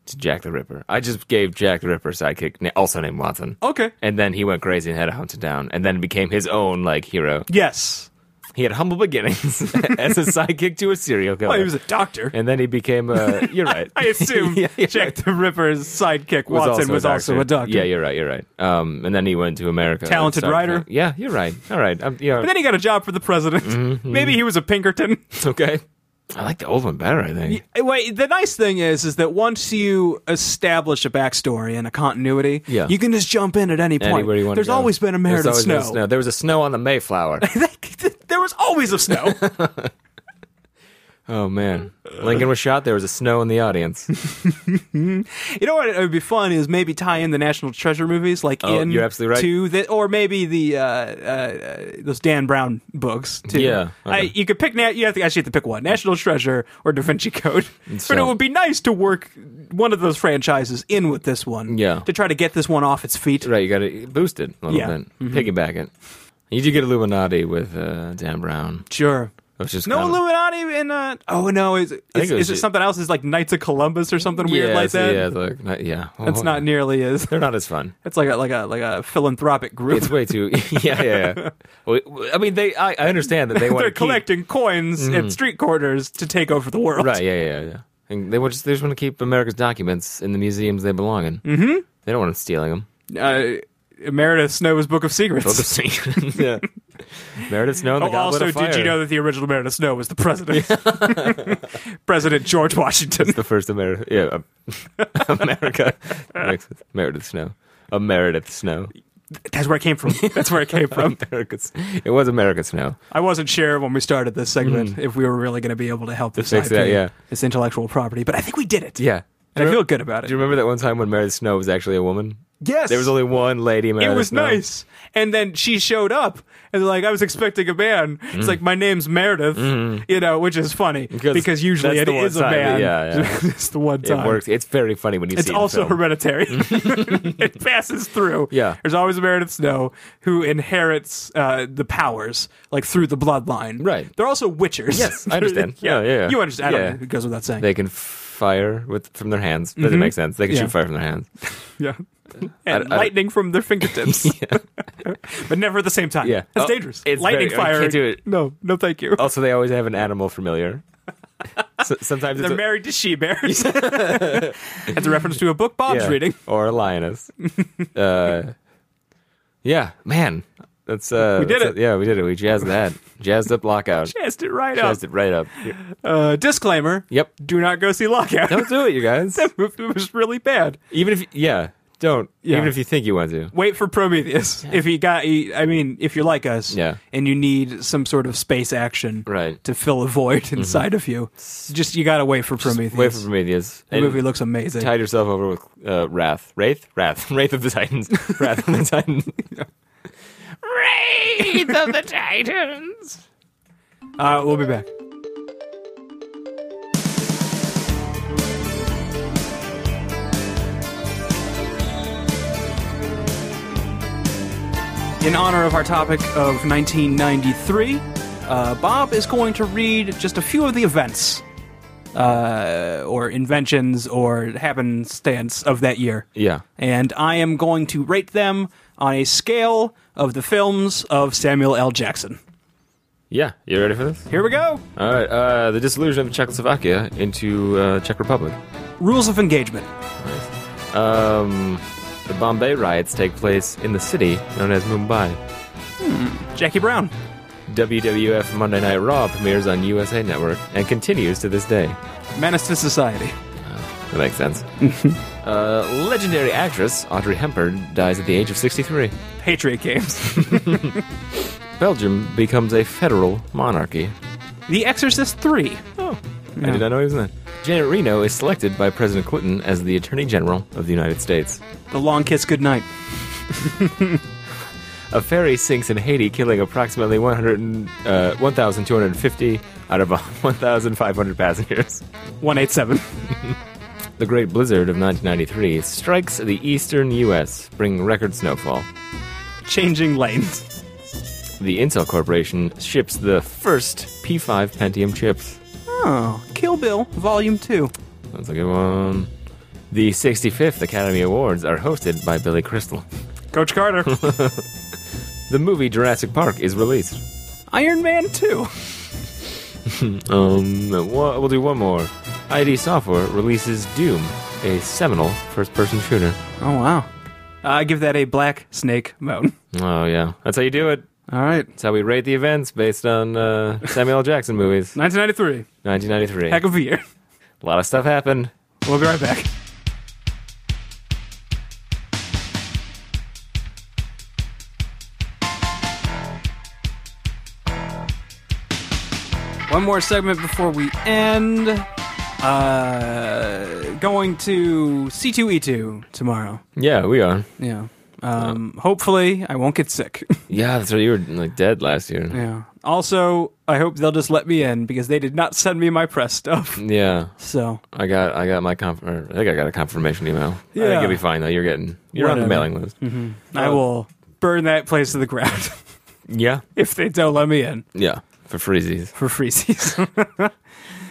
Speaker 2: to Jack the Ripper. I just gave Jack the Ripper a sidekick, na- also named Watson.
Speaker 1: Okay.
Speaker 2: And then he went crazy and had to hunt it down, and then became his own like hero.
Speaker 1: Yes.
Speaker 2: He had humble beginnings as a sidekick to a serial killer.
Speaker 1: Well, he was a doctor.
Speaker 2: and then he became a. You're right.
Speaker 1: I assume
Speaker 2: Yeah, you're
Speaker 1: Jack the Ripper's sidekick
Speaker 2: was
Speaker 1: Watson
Speaker 2: also
Speaker 1: was
Speaker 2: a
Speaker 1: also a doctor.
Speaker 2: Yeah, you're right. You're right. Um, and then he went to America.
Speaker 1: Talented
Speaker 2: Started-
Speaker 1: writer.
Speaker 2: Yeah, you're right. All right. I'm, yeah.
Speaker 1: But then he got a job for the president. Maybe he was a Pinkerton.
Speaker 2: okay. I like the old one better. I think.
Speaker 1: Wait, the nice thing is, is that once you establish a backstory and a continuity,
Speaker 2: Yeah.
Speaker 1: you can just jump in at any point.
Speaker 2: Anywhere you want.
Speaker 1: There's
Speaker 2: to go.
Speaker 1: always been a
Speaker 2: There's
Speaker 1: Meredith
Speaker 2: always been
Speaker 1: Snow.
Speaker 2: a snow. There was a snow on the Mayflower.
Speaker 1: there was always a snow.
Speaker 2: oh man. Lincoln was shot. There was a snow in the audience.
Speaker 1: You know what it would be fun is maybe tie in the National Treasure movies, like
Speaker 2: Oh,
Speaker 1: in
Speaker 2: you're absolutely right.
Speaker 1: to the, or maybe the uh, uh, those Dan Brown books too.
Speaker 2: Yeah,
Speaker 1: I,
Speaker 2: okay.
Speaker 1: you could pick. Na- you have to actually have to pick one: National Treasure or Da Vinci Code. but it
Speaker 2: so-
Speaker 1: would be nice to work one of those franchises in with this one,
Speaker 2: Yeah.
Speaker 1: to try to get this one off its feet.
Speaker 2: right. You got to boost it a little
Speaker 1: Yeah. Mm-hmm.
Speaker 2: bit. Piggyback it. You did get Illuminati with uh, Dan Brown.
Speaker 1: Sure.
Speaker 2: Which is
Speaker 1: No
Speaker 2: kind of-
Speaker 1: Illuminati in uh oh no is is,
Speaker 2: Um, think it was
Speaker 1: is it
Speaker 2: ju-
Speaker 1: something else? Is like Knights of Columbus or something weird
Speaker 2: yeah,
Speaker 1: like
Speaker 2: it's-
Speaker 1: that?
Speaker 2: Yeah, it's like, not, yeah. Oh,
Speaker 1: That's not nearly as
Speaker 2: They're not as fun.
Speaker 1: it's like a like a like a philanthropic group.
Speaker 2: It's way too. Yeah, yeah, yeah. Well, I mean, they. I, I understand that they want
Speaker 1: they're
Speaker 2: to keep, Mm-hmm.
Speaker 1: collecting coins at street corners to take over the world.
Speaker 2: Right. Yeah, yeah, yeah. And they want just they just want to keep America's documents in the museums they belong in. Mm-hmm. They don't want them stealing them.
Speaker 1: Uh, Meredith Snow's Book of Secrets.
Speaker 2: yeah. Meredith Snow and the
Speaker 1: Oh,
Speaker 2: Goblet
Speaker 1: also,
Speaker 2: of Fire.
Speaker 1: did you know that the original Meredith Snow was the president? president George Washington.
Speaker 2: the first America? Yeah, uh, America. Makes sense. Meredith Snow. A Meredith Snow.
Speaker 1: That's where I came from. That's where I came from.
Speaker 2: America's. It was America Snow.
Speaker 1: I wasn't sure when we started this segment if we were really going to be able to help this
Speaker 2: Mm-hmm. fix
Speaker 1: IP,
Speaker 2: that, yeah.
Speaker 1: this intellectual property, but I think we did it.
Speaker 2: Yeah.
Speaker 1: And I feel good about
Speaker 2: Do
Speaker 1: it.
Speaker 2: you remember that one time when Meredith Snow was actually a woman?
Speaker 1: Yes.
Speaker 2: There was only one lady. Meredith
Speaker 1: it was
Speaker 2: Snow.
Speaker 1: nice. And then she showed up, and like I was expecting a man. It's like my name's Meredith, you know, which is funny because,
Speaker 2: Mm-hmm. Because
Speaker 1: usually
Speaker 2: that's
Speaker 1: it
Speaker 2: the one
Speaker 1: is a
Speaker 2: time,
Speaker 1: man.
Speaker 2: yeah, yeah.
Speaker 1: it's the one
Speaker 2: It
Speaker 1: time.
Speaker 2: works. It's very funny when you
Speaker 1: It's
Speaker 2: see it. in
Speaker 1: also
Speaker 2: film.
Speaker 1: hereditary. it passes through.
Speaker 2: Yeah.
Speaker 1: there's always a Meredith Snow who inherits uh, the powers like through the bloodline.
Speaker 2: Right.
Speaker 1: They're also witchers.
Speaker 2: Yes, I understand.
Speaker 1: yeah.
Speaker 2: Yeah, yeah, yeah.
Speaker 1: You understand? I don't
Speaker 2: Yeah.
Speaker 1: know. It goes without saying.
Speaker 2: They can fire with from their hands. Doesn't make sense. They can
Speaker 1: Yeah.
Speaker 2: shoot fire from their hands.
Speaker 1: yeah. And
Speaker 2: I- I-
Speaker 1: lightning from their fingertips, but never at the same time.
Speaker 2: Yeah.
Speaker 1: that's
Speaker 2: Oh,
Speaker 1: dangerous.
Speaker 2: it's
Speaker 1: lightning
Speaker 2: very- I
Speaker 1: fire.
Speaker 2: can't do it. Oh,
Speaker 1: No, no, thank you.
Speaker 2: Also, they always have an animal familiar. So, sometimes it's
Speaker 1: They're
Speaker 2: a-
Speaker 1: married to she bears. That's a reference to a book Bob's
Speaker 2: yeah,
Speaker 1: reading.
Speaker 2: or a lioness. uh, yeah, man, that's uh,
Speaker 1: We did
Speaker 2: that's
Speaker 1: it.
Speaker 2: yeah, we did it. We jazzed that, jazzed up lockout,
Speaker 1: Passed it right up.
Speaker 2: jazzed it right up.
Speaker 1: Uh, disclaimer:
Speaker 2: Yep,
Speaker 1: Do not go see Lockout.
Speaker 2: don't do it, you guys.
Speaker 1: it was really bad.
Speaker 2: Even if yeah, don't.
Speaker 1: Yeah.
Speaker 2: Even if you think you want to.
Speaker 1: Wait for Prometheus. If you got, I mean, if you're like us,
Speaker 2: Yeah.
Speaker 1: and you need some sort of space action,
Speaker 2: Right. Mm-hmm.
Speaker 1: to fill a void inside of you, just you gotta wait for Prometheus.
Speaker 2: Wait for Prometheus.
Speaker 1: the
Speaker 2: And
Speaker 1: movie looks amazing.
Speaker 2: Tied yourself over with uh, wrath, wraith, wrath, wraith of the Titans, wrath of the Titans. Wraith of the Titans.
Speaker 1: Uh, we'll be back. In honor of our topic of 1993, uh, Bob is going to read just a few of the events, uh, or inventions, or happenstance of that year
Speaker 2: Yeah.
Speaker 1: and I am going to rate them on a scale of the films of Samuel L. Jackson.
Speaker 2: Yeah. You ready for this?
Speaker 1: Here we go.
Speaker 2: All right. Uh, the dissolution of Czechoslovakia into uh, Czech Republic.
Speaker 1: Rules of engagement.
Speaker 2: Um, the Bombay riots take place in the city known as Mumbai.
Speaker 1: Jackie Brown.
Speaker 2: WWF Monday Night Raw premieres on USA Network and continues to this day.
Speaker 1: Menace to society.
Speaker 2: That makes sense. uh, legendary actress Audrey Hepburn dies at the age of 63.
Speaker 1: Patriot Games.
Speaker 2: Belgium becomes a federal monarchy.
Speaker 1: the Exorcist 3.
Speaker 2: Oh, I
Speaker 1: Yeah.
Speaker 2: did not know he was in that. Janet Reno is selected by President Clinton as the Attorney General of the United States.
Speaker 1: The Long Kiss Goodnight.
Speaker 2: A ferry sinks in Haiti, killing approximately 100, and, uh, 1,250 out of 1,500 passengers.
Speaker 1: 187.
Speaker 2: The Great Blizzard of 1993 strikes the eastern U.S., bringing record snowfall.
Speaker 1: Changing lanes.
Speaker 2: The Intel Corporation ships the first P5 Pentium chips.
Speaker 1: Oh, Kill Bill, Volume 2.
Speaker 2: That's a good one. The 65th Academy Awards are hosted by Billy Crystal.
Speaker 1: Coach Carter.
Speaker 2: The movie Jurassic Park is released.
Speaker 1: Iron Man 2.
Speaker 2: Um, wha- we'll do one more. ID Software releases Doom, a seminal first-person shooter.
Speaker 1: Oh, wow. I give that a black snake moan.
Speaker 2: Oh yeah, that's how you do it.
Speaker 1: All right.
Speaker 2: That's how we rate the events based on uh, Samuel L. Jackson movies.
Speaker 1: 1993.
Speaker 2: 1993.
Speaker 1: Heck of a year.
Speaker 2: a lot of stuff happened.
Speaker 1: We'll be right back. One more segment before we end. Uh, going to C2E2 tomorrow.
Speaker 2: Yeah, we are.
Speaker 1: Yeah. Um, hopefully, I won't get sick.
Speaker 2: Yeah, that's right. You were like dead last year.
Speaker 1: yeah. Also, I hope they'll just let me in because they did not send me my press stuff.
Speaker 2: Yeah,
Speaker 1: So,
Speaker 2: I got I got my conf- or I think I got a confirmation email. I
Speaker 1: Yeah.
Speaker 2: think you'll be fine though. You're getting you're on
Speaker 1: Whatever.
Speaker 2: the mailing list.
Speaker 1: I will burn that place to the ground Mm-hmm.
Speaker 2: Yeah,
Speaker 1: if they don't let me in.
Speaker 2: yeah, for freezies.
Speaker 1: for freezies.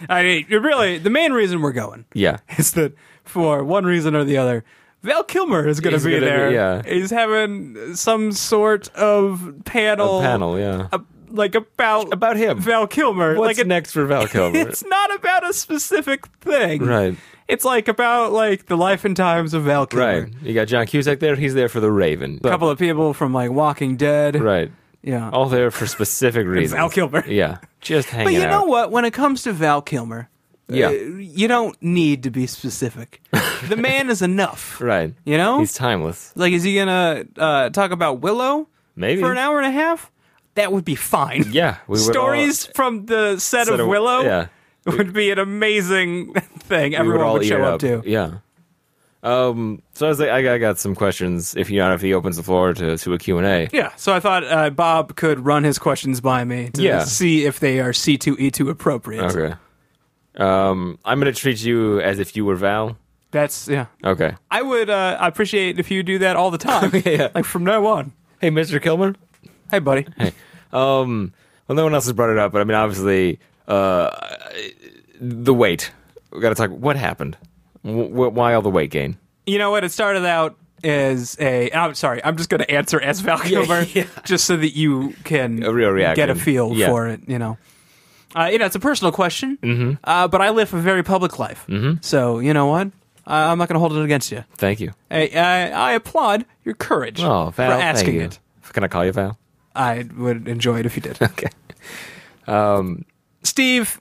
Speaker 1: I mean, really, the main reason we're going
Speaker 2: Yeah,
Speaker 1: is that for one reason or the other, Val Kilmer is going to
Speaker 2: He's
Speaker 1: be
Speaker 2: gonna be-
Speaker 1: there.
Speaker 2: yeah.
Speaker 1: He's having some sort of panel,
Speaker 2: panel. Yeah,
Speaker 1: uh, like about
Speaker 2: about him.
Speaker 1: Val Kilmer.
Speaker 2: What's
Speaker 1: like it-
Speaker 2: next for Val Kilmer?
Speaker 1: it's not about a specific thing.
Speaker 2: right,
Speaker 1: It's like about like the life and times of Val Kilmer.
Speaker 2: right. You got John Cusack there. He's there for the Raven.
Speaker 1: A couple of people from like Walking Dead.
Speaker 2: right,
Speaker 1: Yeah.
Speaker 2: all there for specific reasons.
Speaker 1: Val Kilmer.
Speaker 2: Yeah, just hanging
Speaker 1: But you know
Speaker 2: out.
Speaker 1: what? When it comes to Val Kilmer,
Speaker 2: Yeah.
Speaker 1: uh, you don't need to be specific. the man is enough.
Speaker 2: right.
Speaker 1: You know,
Speaker 2: He's timeless.
Speaker 1: like, is he gonna uh, talk about Willow
Speaker 2: Maybe.
Speaker 1: for an hour and a half? That would be fine.
Speaker 2: Yeah, we would all-
Speaker 1: stories from the set,
Speaker 2: Set
Speaker 1: of, Willow
Speaker 2: Yeah,
Speaker 1: would be an amazing thing.
Speaker 2: we
Speaker 1: Everyone
Speaker 2: would all eat
Speaker 1: show
Speaker 2: it
Speaker 1: up to.
Speaker 2: Yeah. Um. So I was like, I got, I got some questions. If you know, if he opens the floor to to a Q and A.
Speaker 1: Yeah, so I thought uh, Bob could run his questions by me to
Speaker 2: Yeah.
Speaker 1: see if they are C two E two appropriate.
Speaker 2: Okay. Um, I'm gonna treat you as if you were Val.
Speaker 1: That's yeah.
Speaker 2: Okay.
Speaker 1: I would uh, appreciate if you do that all the time,
Speaker 2: Yeah.
Speaker 1: like from now on.
Speaker 2: Hey, Mr. Kilmer.
Speaker 1: Hey, buddy.
Speaker 2: Um, well, no one else has brought it up, but I mean, obviously, uh, the weight. We got to talk. What happened? W- why all the weight gain?
Speaker 1: You know what? It started out as a. I'm sorry. I'm just going to answer as Val Kilmer,
Speaker 2: yeah.
Speaker 1: just so that you can
Speaker 2: A real reaction.
Speaker 1: get a feel
Speaker 2: Yeah.
Speaker 1: for it. You know, uh, you know, it's a personal question, mm-hmm. uh, but I live a very public life, mm-hmm. so you know what? I I'm not going to hold it against you.
Speaker 2: Thank you.
Speaker 1: I, I, I applaud your courage
Speaker 2: Oh, Val,
Speaker 1: for
Speaker 2: thank
Speaker 1: asking
Speaker 2: you.
Speaker 1: it.
Speaker 2: Can I call you Val?
Speaker 1: I would enjoy it if you did,
Speaker 2: Okay. Um,
Speaker 1: Steve.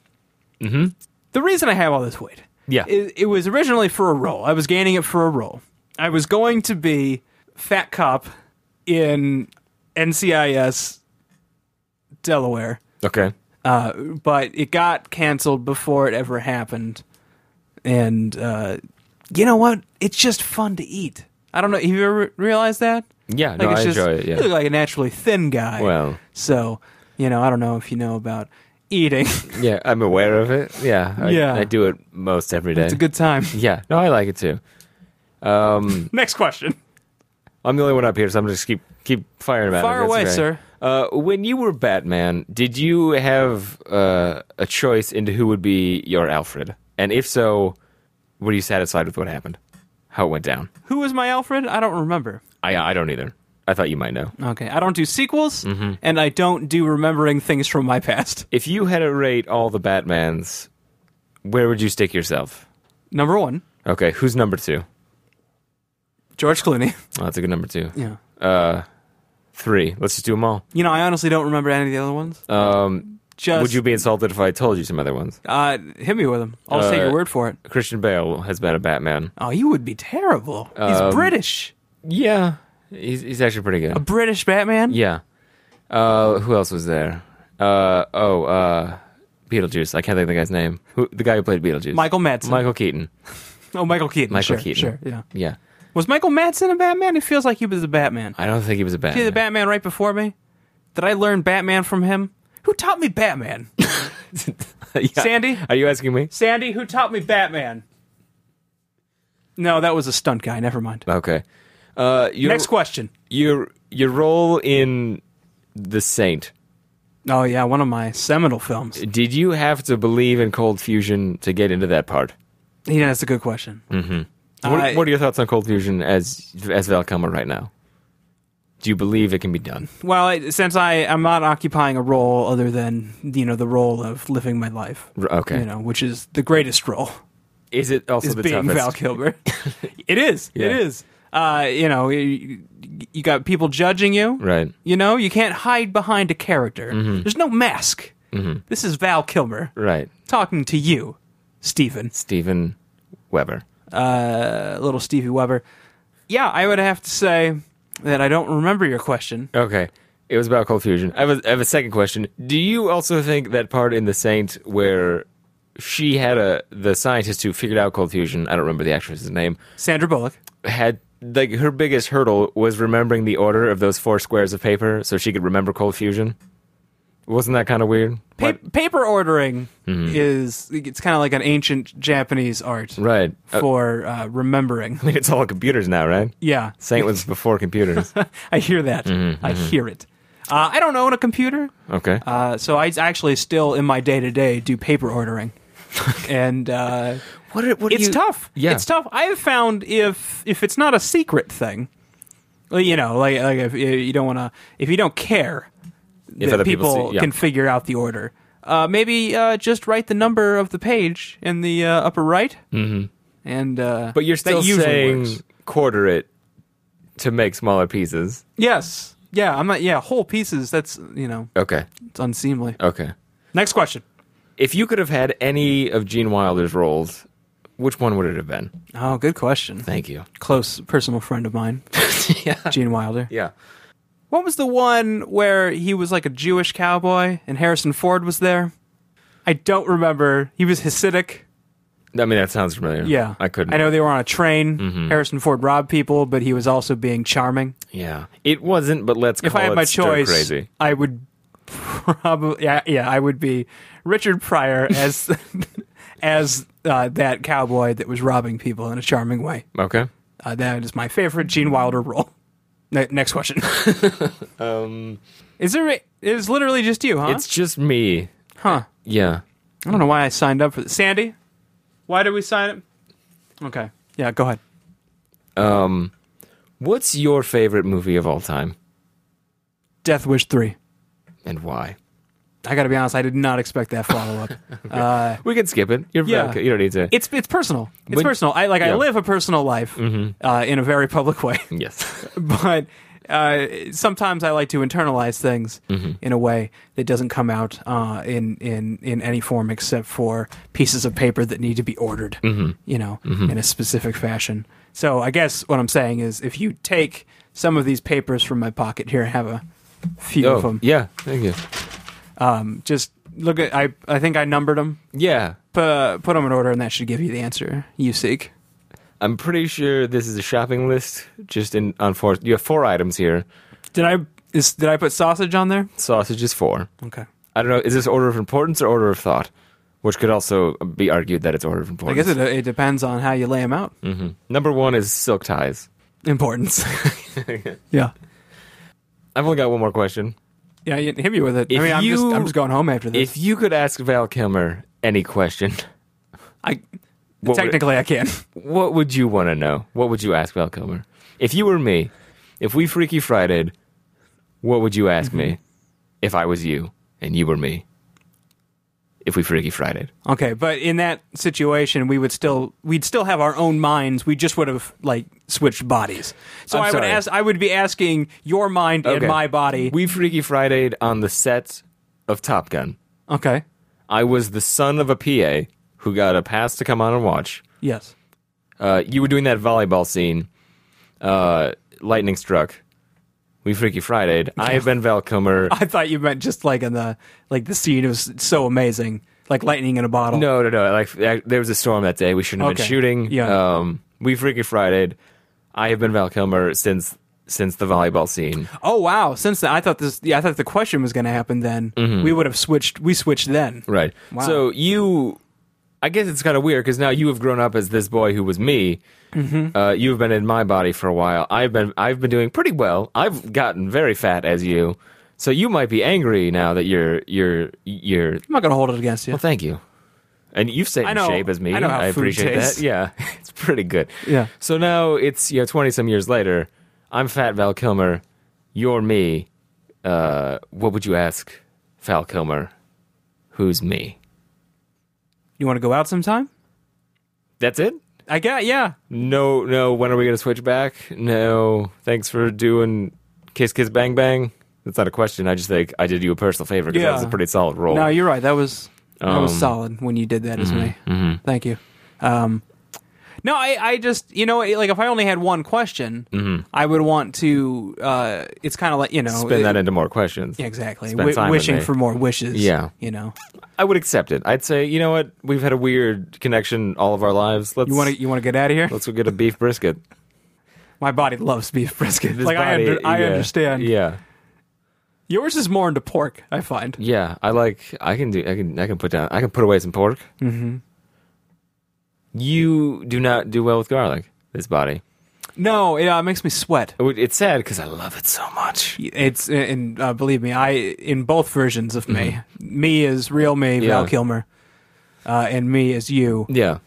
Speaker 1: Mm-hmm. The reason I have all this weight,
Speaker 2: Yeah.
Speaker 1: it, it was originally for a role. I was gaining it for a role. I was going to be fat cop in NCIS Delaware,
Speaker 2: okay.
Speaker 1: uh, but it got canceled before it ever happened. And uh, you know what? It's just fun to eat. I don't know. Have you ever realized that?
Speaker 2: Yeah,
Speaker 1: Like
Speaker 2: no, I
Speaker 1: it's just
Speaker 2: enjoy it.
Speaker 1: you look
Speaker 2: Yeah.
Speaker 1: like a naturally thin guy.
Speaker 2: Well,
Speaker 1: So, you know, I don't know if you know about eating.
Speaker 2: yeah, I'm aware of it. Yeah, I,
Speaker 1: Yeah.
Speaker 2: I do it most every day.
Speaker 1: it's a good time.
Speaker 2: yeah, no, I like it too. Um,
Speaker 1: Next question.
Speaker 2: I'm the only one up here, so I'm just keep keep firing at it.
Speaker 1: Fire
Speaker 2: That's
Speaker 1: away,
Speaker 2: okay.
Speaker 1: sir.
Speaker 2: Uh, when you were Batman, did you have uh, a choice into who would be your Alfred? And if so, were you satisfied with what happened? How it went down?
Speaker 1: Who was my Alfred? I don't remember.
Speaker 2: I I don't either. I thought you might know.
Speaker 1: Okay, I don't do sequels,
Speaker 2: Mm-hmm.
Speaker 1: and I don't do remembering things from my past.
Speaker 2: If you had to rate all the Batmans, where would you stick yourself?
Speaker 1: Number one,
Speaker 2: Okay, who's number two?
Speaker 1: George Clooney.
Speaker 2: Oh, that's a good number two.
Speaker 1: Yeah.
Speaker 2: Uh, three. Let's just do them all.
Speaker 1: You know, I honestly don't remember any of the other ones.
Speaker 2: Um,
Speaker 1: Just
Speaker 2: would you be insulted if I told you some other ones?
Speaker 1: uh, hit me with them. I'll just take
Speaker 2: Uh,
Speaker 1: your word for it.
Speaker 2: Christian Bale has been a Batman.
Speaker 1: Oh, you would be terrible. He's
Speaker 2: Um,
Speaker 1: British.
Speaker 2: Yeah, he's he's actually pretty good.
Speaker 1: A British Batman.
Speaker 2: Yeah. Uh, who else was there? Uh, oh, uh, Beetlejuice. I can't think of the guy's name. Who, the guy who played Beetlejuice.
Speaker 1: Michael Madsen.
Speaker 2: Michael Keaton.
Speaker 1: oh, Michael Keaton.
Speaker 2: Michael
Speaker 1: sure,
Speaker 2: Keaton.
Speaker 1: Sure. Yeah.
Speaker 2: Yeah.
Speaker 1: Was Michael Madsen a Batman? It feels like he was a Batman.
Speaker 2: I don't think he was a Batman.
Speaker 1: See the Batman right before me. Did I learn Batman from him? Who taught me Batman?
Speaker 2: Yeah.
Speaker 1: Sandy?
Speaker 2: Are you asking me?
Speaker 1: Sandy, who taught me Batman? No, that was a stunt guy. Never mind.
Speaker 2: Okay. Uh, your,
Speaker 1: Next question.
Speaker 2: your your role in The Saint.
Speaker 1: Oh yeah, one of my seminal films.
Speaker 2: Did you have to believe in cold fusion to get into that part?
Speaker 1: Yeah, that's a good question.
Speaker 2: What,
Speaker 1: I-
Speaker 2: what are your thoughts on cold fusion as as Val Kilmer right now? Do you believe it can be done?
Speaker 1: Well, I, since I am not occupying a role other than you know the role of living my life,
Speaker 2: R- Okay.
Speaker 1: you know, which is the greatest role
Speaker 2: Is it also
Speaker 1: is
Speaker 2: the
Speaker 1: being
Speaker 2: toughest?
Speaker 1: Val Kilmer. it is. It
Speaker 2: Yeah.
Speaker 1: is. Uh, you know, you, you got people judging you.
Speaker 2: Right.
Speaker 1: You know, you can't hide behind a character. There's no mask. This is Val Kilmer
Speaker 2: Right.
Speaker 1: talking to you, Steven.
Speaker 2: Steven Weber.
Speaker 1: uh, little Stevie Weber. Yeah, I would have to say that I don't remember your question.
Speaker 2: Okay. It was about cold fusion. I have, a, I have a second question. Do you also think that part in The Saint where she had a the scientist who figured out cold fusion, I don't remember the actress's name,
Speaker 1: Sandra Bullock.
Speaker 2: had like her biggest hurdle was remembering the order of those four squares of paper so she could remember cold fusion? Wasn't that kind of weird?
Speaker 1: Pa- paper ordering is it's kind of like an ancient Japanese art
Speaker 2: What- Right. Uh,
Speaker 1: for uh, remembering.
Speaker 2: I mean, it's all computers now, right?
Speaker 1: Yeah,
Speaker 2: Saint was before computers.
Speaker 1: I hear that. I hear it. Uh, I don't own a computer,
Speaker 2: Okay.
Speaker 1: uh, so I actually still in my day to day do paper ordering, and uh,
Speaker 2: what are, what
Speaker 1: it's tough.
Speaker 2: Yeah.
Speaker 1: it's tough. I have found if if it's not a secret thing, well, you know, like like if you you don't want to, if you don't care
Speaker 2: If
Speaker 1: that
Speaker 2: other people
Speaker 1: people,
Speaker 2: see- yeah.
Speaker 1: can figure out the order, uh, maybe uh, just write the number of the page in the uh, upper right, mm-hmm. and uh,
Speaker 2: But you're
Speaker 1: that
Speaker 2: still
Speaker 1: usually
Speaker 2: saying
Speaker 1: works.
Speaker 2: quarter it to make smaller pieces.
Speaker 1: yes, yeah. I'm not. Yeah, whole pieces. That's you know,
Speaker 2: Okay.
Speaker 1: it's unseemly.
Speaker 2: Okay.
Speaker 1: Next question.
Speaker 2: If you could have had any of Gene Wilder's roles, which one would it have been?
Speaker 1: Oh, good question.
Speaker 2: Thank you.
Speaker 1: Close personal friend of mine,
Speaker 2: yeah.
Speaker 1: Gene Wilder.
Speaker 2: Yeah.
Speaker 1: What was the one where he was like a Jewish cowboy and Harrison Ford was there? I don't remember. He was Hasidic.
Speaker 2: I mean, that sounds familiar.
Speaker 1: Yeah.
Speaker 2: I couldn't. Mm-hmm.
Speaker 1: I know they were on a train. Harrison Ford robbed people, but he was also being charming.
Speaker 2: Yeah. It wasn't, but let's
Speaker 1: If
Speaker 2: call
Speaker 1: I had
Speaker 2: it
Speaker 1: my
Speaker 2: stir
Speaker 1: choice,
Speaker 2: crazy.
Speaker 1: I would probably yeah, yeah, I would be Richard Pryor as as uh, that cowboy that was robbing people in a charming way.
Speaker 2: Okay.
Speaker 1: Uh, that is my favorite Gene Wilder role. Ne- next question.
Speaker 2: Um,
Speaker 1: is there it is literally just you, huh?
Speaker 2: It's just me.
Speaker 1: huh.
Speaker 2: Yeah.
Speaker 1: I don't know why I signed up for this. Sandy, why did we sign up? Okay. Yeah, go ahead.
Speaker 2: Um, what's your favorite movie of all time
Speaker 1: Death Wish 3.
Speaker 2: and why?
Speaker 1: I got to be honest, I did not expect that follow up. uh,
Speaker 2: We can skip it. You're
Speaker 1: Yeah.
Speaker 2: okay. You don't need to.
Speaker 1: it's it's personal. It's
Speaker 2: But-
Speaker 1: personal. I like
Speaker 2: yeah.
Speaker 1: I live a personal life uh, in a very public way,
Speaker 2: yes.
Speaker 1: but uh, sometimes I like to internalize things in a way that doesn't come out uh, in in in any form except for pieces of paper that need to be ordered, you know, in a specific fashion. So I guess what I'm saying is, if you take some of these papers from my pocket here, I have a few of
Speaker 2: oh,
Speaker 1: them.
Speaker 2: yeah. Thank you.
Speaker 1: Um, just look at I I think I numbered them.
Speaker 2: Yeah.
Speaker 1: Pu- put them in order, and that should give you the answer you seek.
Speaker 2: I'm pretty sure this is a shopping list. Just in on four, you have four items here.
Speaker 1: Did I is did I put sausage on there?
Speaker 2: Sausage is four.
Speaker 1: Okay.
Speaker 2: I don't know. Is this order of importance or order of thought? Which could also be argued that it's order of
Speaker 1: I
Speaker 2: importance.
Speaker 1: guess it, it depends on how you lay them out.
Speaker 2: Number one is silk ties.
Speaker 1: Importance. yeah.
Speaker 2: I've only got one more question.
Speaker 1: Yeah, you hit me with it.
Speaker 2: If
Speaker 1: I mean, I'm just
Speaker 2: you-
Speaker 1: I'm just going home after this.
Speaker 2: If you could ask Val Kilmer any question,
Speaker 1: I
Speaker 2: would-
Speaker 1: technically I can.
Speaker 2: what would you want to know? What would you ask Val Kilmer? If you were me, if we Freaky Friday, what would you ask me if I was you and you were me? If we Freaky Friday.
Speaker 1: Okay, but in that situation, we would still we'd still have our own minds. We just would have like switched bodies. So
Speaker 2: I'm
Speaker 1: I would
Speaker 2: sorry.
Speaker 1: ask. I would be asking your mind
Speaker 2: Okay.
Speaker 1: and my body.
Speaker 2: We Freaky Friday on the set of Top Gun.
Speaker 1: okay.
Speaker 2: I was the son of a PA who got a pass to come on and watch.
Speaker 1: Yes.
Speaker 2: Uh, you were doing that volleyball scene. Uh, lightning struck. We Freaky Friday. I have been Val Kilmer.
Speaker 1: I thought you meant just like in the like the scene was so amazing, like lightning in a bottle.
Speaker 2: No, no, no. Like th- there was a storm that day. We shouldn't have been
Speaker 1: Okay.
Speaker 2: shooting.
Speaker 1: Yeah.
Speaker 2: Um, we freaking Friday. I have been Val Kilmer since since the volleyball scene.
Speaker 1: Oh wow! Since then, I thought this. Yeah, I thought the question was going to happen. Then we would have switched. We switched then.
Speaker 2: Mm-hmm. Right.
Speaker 1: Wow.
Speaker 2: So you, I guess it's kind of weird because now you have grown up as this boy who was me.
Speaker 1: Mm-hmm.
Speaker 2: Uh, you've been in my body for a while. I've been I've been doing pretty well. I've gotten very fat as you. So you might be angry now that you're you're you're.
Speaker 1: I'm not going to hold it against you.
Speaker 2: Well, thank you. And you've stayed
Speaker 1: I
Speaker 2: in
Speaker 1: know-
Speaker 2: shape as me.
Speaker 1: I know how food
Speaker 2: appreciate
Speaker 1: tastes.
Speaker 2: that. Yeah, it's pretty good.
Speaker 1: Yeah.
Speaker 2: So now it's you know twenty some years later. I'm Fat Val Kilmer. You're me. Uh, what would you ask Val Kilmer? Who's me?
Speaker 1: You want to go out sometime?
Speaker 2: That's it.
Speaker 1: I got yeah.
Speaker 2: No, no. When are we gonna switch back? No. Thanks for doing kiss, kiss, bang, bang. That's not a question. I just think I did you a personal favor because that was a
Speaker 1: Yeah.
Speaker 2: pretty solid role.
Speaker 1: No, you're right. That was that was
Speaker 2: Um, mm-hmm,
Speaker 1: solid when you did that as me. Thank you. Um, no, I, I just you know like if I only had one question,
Speaker 2: Mm-hmm.
Speaker 1: I would want to. Uh, it's kind of like you know
Speaker 2: Spin that
Speaker 1: it-
Speaker 2: into more questions.
Speaker 1: Yeah, exactly.
Speaker 2: Spend time with
Speaker 1: wishing
Speaker 2: me.
Speaker 1: for more wishes.
Speaker 2: Yeah.
Speaker 1: you know.
Speaker 2: I would accept it. I'd say, you know what? We've had a weird connection all of our lives. Let's
Speaker 1: You want to you want to get out of here?
Speaker 2: let's go get a beef brisket.
Speaker 1: My body loves beef brisket.
Speaker 2: This
Speaker 1: like I
Speaker 2: body-
Speaker 1: under, I
Speaker 2: yeah,
Speaker 1: understand.
Speaker 2: Yeah,
Speaker 1: Yours is more into pork. I find.
Speaker 2: yeah. I like. I can do. I can. I can put down. I can put away some pork. Mm-hmm. You do not do well with garlic. This body.
Speaker 1: No, it uh, makes me sweat.
Speaker 2: It would- It's sad because I love it so much.
Speaker 1: It's and uh, believe me, I in both versions of me. Me is real me,
Speaker 2: Mm-hmm. Yeah.
Speaker 1: Val Kilmer, uh, and me is you.
Speaker 2: Yeah.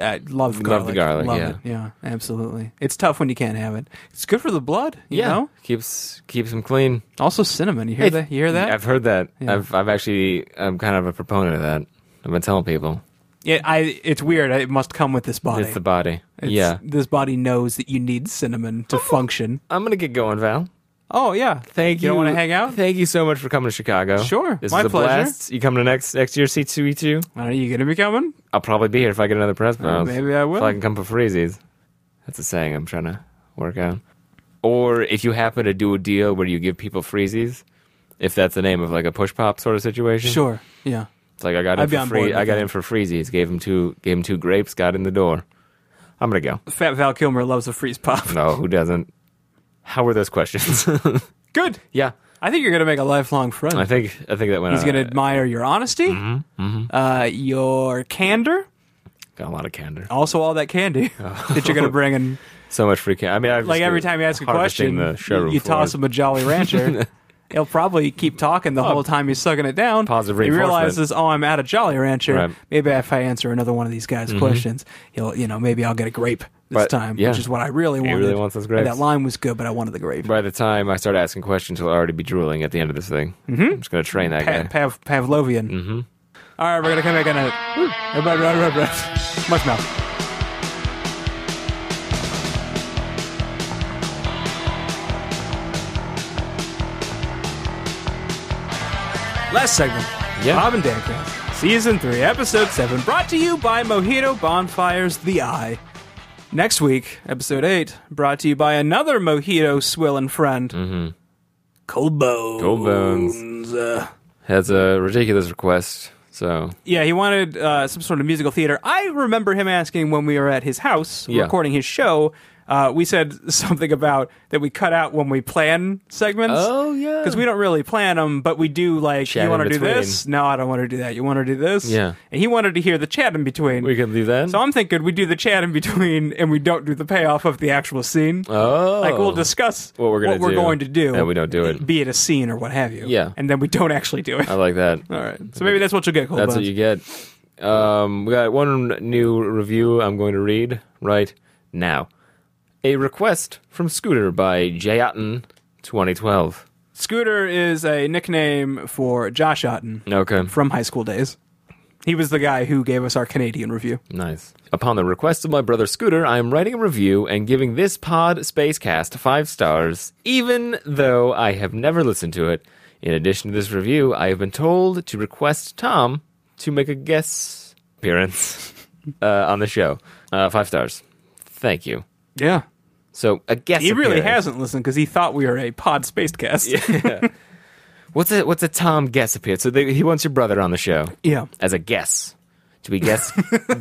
Speaker 1: I love garlic.
Speaker 2: Love the garlic,
Speaker 1: Love
Speaker 2: yeah.
Speaker 1: it. Yeah, absolutely. It's tough when you can't have it. It's good for the blood. You
Speaker 2: yeah.
Speaker 1: know.
Speaker 2: Keeps keeps them clean.
Speaker 1: Also cinnamon. You hear
Speaker 2: Hey,
Speaker 1: that? You hear that?
Speaker 2: I've heard that.
Speaker 1: Yeah.
Speaker 2: I've I've actually. I'm kind of a proponent of that. I've been telling people
Speaker 1: It, I. It's weird. It must come with this body.
Speaker 2: it's the body.
Speaker 1: It's-
Speaker 2: yeah.
Speaker 1: This body knows that you need cinnamon to function.
Speaker 2: I'm gonna get going, Val.
Speaker 1: Oh yeah.
Speaker 2: Thank you.
Speaker 1: You don't wanna hang out?
Speaker 2: Thank you so much for coming to Chicago.
Speaker 1: Sure,
Speaker 2: this
Speaker 1: my
Speaker 2: is a
Speaker 1: pleasure.
Speaker 2: blast. You coming to next next year, C two E two?
Speaker 1: Are you gonna be coming?
Speaker 2: I'll probably be here if I get another press
Speaker 1: Uh,
Speaker 2: bounce.
Speaker 1: maybe I
Speaker 2: If
Speaker 1: will.
Speaker 2: I can come for freezies. That's a saying I'm trying to work on. Or if you happen to do a deal where you give people freezies, if that's the name of like a push pop sort of situation.
Speaker 1: Sure. Yeah.
Speaker 2: It's like I got
Speaker 1: I'd
Speaker 2: in
Speaker 1: be
Speaker 2: for
Speaker 1: on board
Speaker 2: free.
Speaker 1: with
Speaker 2: I got
Speaker 1: that.
Speaker 2: in for freezies. Gave him two. Gave him two grapes. Got in the door. I'm gonna go.
Speaker 1: Fat Val Kilmer loves a freeze pop.
Speaker 2: No, who doesn't? How were those questions?
Speaker 1: Good.
Speaker 2: yeah,
Speaker 1: I think you're gonna make a lifelong friend.
Speaker 2: I think I think that went.
Speaker 1: He's
Speaker 2: out.
Speaker 1: going to admire your honesty,
Speaker 2: mm-hmm,
Speaker 1: Uh, your candor,
Speaker 2: got a lot of candor.
Speaker 1: also all that candy that you're going to bring. And
Speaker 2: So much free candy. I mean, I've
Speaker 1: like
Speaker 2: just
Speaker 1: every
Speaker 2: been
Speaker 1: time you ask a
Speaker 2: harvesting
Speaker 1: question,
Speaker 2: the showroom
Speaker 1: you
Speaker 2: floor.
Speaker 1: toss him a Jolly Rancher. He'll probably keep talking the whole time he's sucking it down.
Speaker 2: Oh. Positive
Speaker 1: he
Speaker 2: reinforcement.
Speaker 1: realizes, oh, I'm out of Jolly Rancher.
Speaker 2: Right. Mm-hmm.
Speaker 1: Maybe if I answer another one of these guys' questions, he'll, you know, maybe I'll get a grape this
Speaker 2: But,
Speaker 1: time,
Speaker 2: yeah.
Speaker 1: which is what I really wanted.
Speaker 2: really wants those grapes.
Speaker 1: And that line was good, but I wanted the grape.
Speaker 2: By the time I start asking questions, he'll already be drooling at the end of this thing. Mm-hmm. I'm just gonna train that
Speaker 1: Pa-
Speaker 2: guy.
Speaker 1: Pav- Pavlovian. Mm-hmm. All right, we're gonna come back in a. Woo. Everybody, run, run, run. Much mouth. Last segment.
Speaker 2: Yeah.
Speaker 1: Bob and Dan Cast, season three, episode seven, brought to you by Mojito Bonfires The Eye. Next week, episode eight, brought to you by another Mojito swill and friend, Cold Bones.
Speaker 2: Mm-hmm. Cold Bones.
Speaker 1: Uh,
Speaker 2: Has a ridiculous request. So
Speaker 1: Yeah, he wanted uh, some sort of musical theater. I remember him asking when we were at his house
Speaker 2: Yeah.
Speaker 1: recording his show. Uh, we said something about that we cut out when we plan segments.
Speaker 2: Oh, yeah.
Speaker 1: because we don't really plan them, but we do like
Speaker 2: Chat
Speaker 1: you
Speaker 2: in
Speaker 1: want to do
Speaker 2: between.
Speaker 1: this? No, I don't want to do that. You want to do this?
Speaker 2: Yeah.
Speaker 1: and he wanted to hear the chat in between.
Speaker 2: we can do that.
Speaker 1: so I'm thinking we do the chat in between, and we don't do the payoff of the actual scene.
Speaker 2: oh,
Speaker 1: Like we'll discuss
Speaker 2: What we're gonna do.
Speaker 1: going to do,
Speaker 2: And we don't do it.
Speaker 1: be it a scene or what have you.
Speaker 2: Yeah.
Speaker 1: and then we don't actually do it.
Speaker 2: I like that.
Speaker 1: All right, so maybe that's what you'll get. Cole
Speaker 2: That's
Speaker 1: Buds.
Speaker 2: what you get. Um, we got one new review I'm going to read right now. A request from Scooter by Jayatin 2012.
Speaker 1: Scooter is a nickname for Josh Otten
Speaker 2: Okay.
Speaker 1: from high school days. He was the guy who gave us our Canadian review.
Speaker 2: Nice. Upon the request of my brother Scooter, I am writing a review and giving this pod Spacecast five stars, even though I have never listened to it. In addition to this review, I have been told to request Tom to make a guest appearance uh, on the show. Uh, five stars. Thank you.
Speaker 1: Yeah.
Speaker 2: So a guest.
Speaker 1: He really
Speaker 2: appearance.
Speaker 1: hasn't listened because he thought we were a pod spaced cast. Yeah.
Speaker 2: What's a what's a Tom guest appearance? So they, he wants your brother on the show as a guest. Do we guess?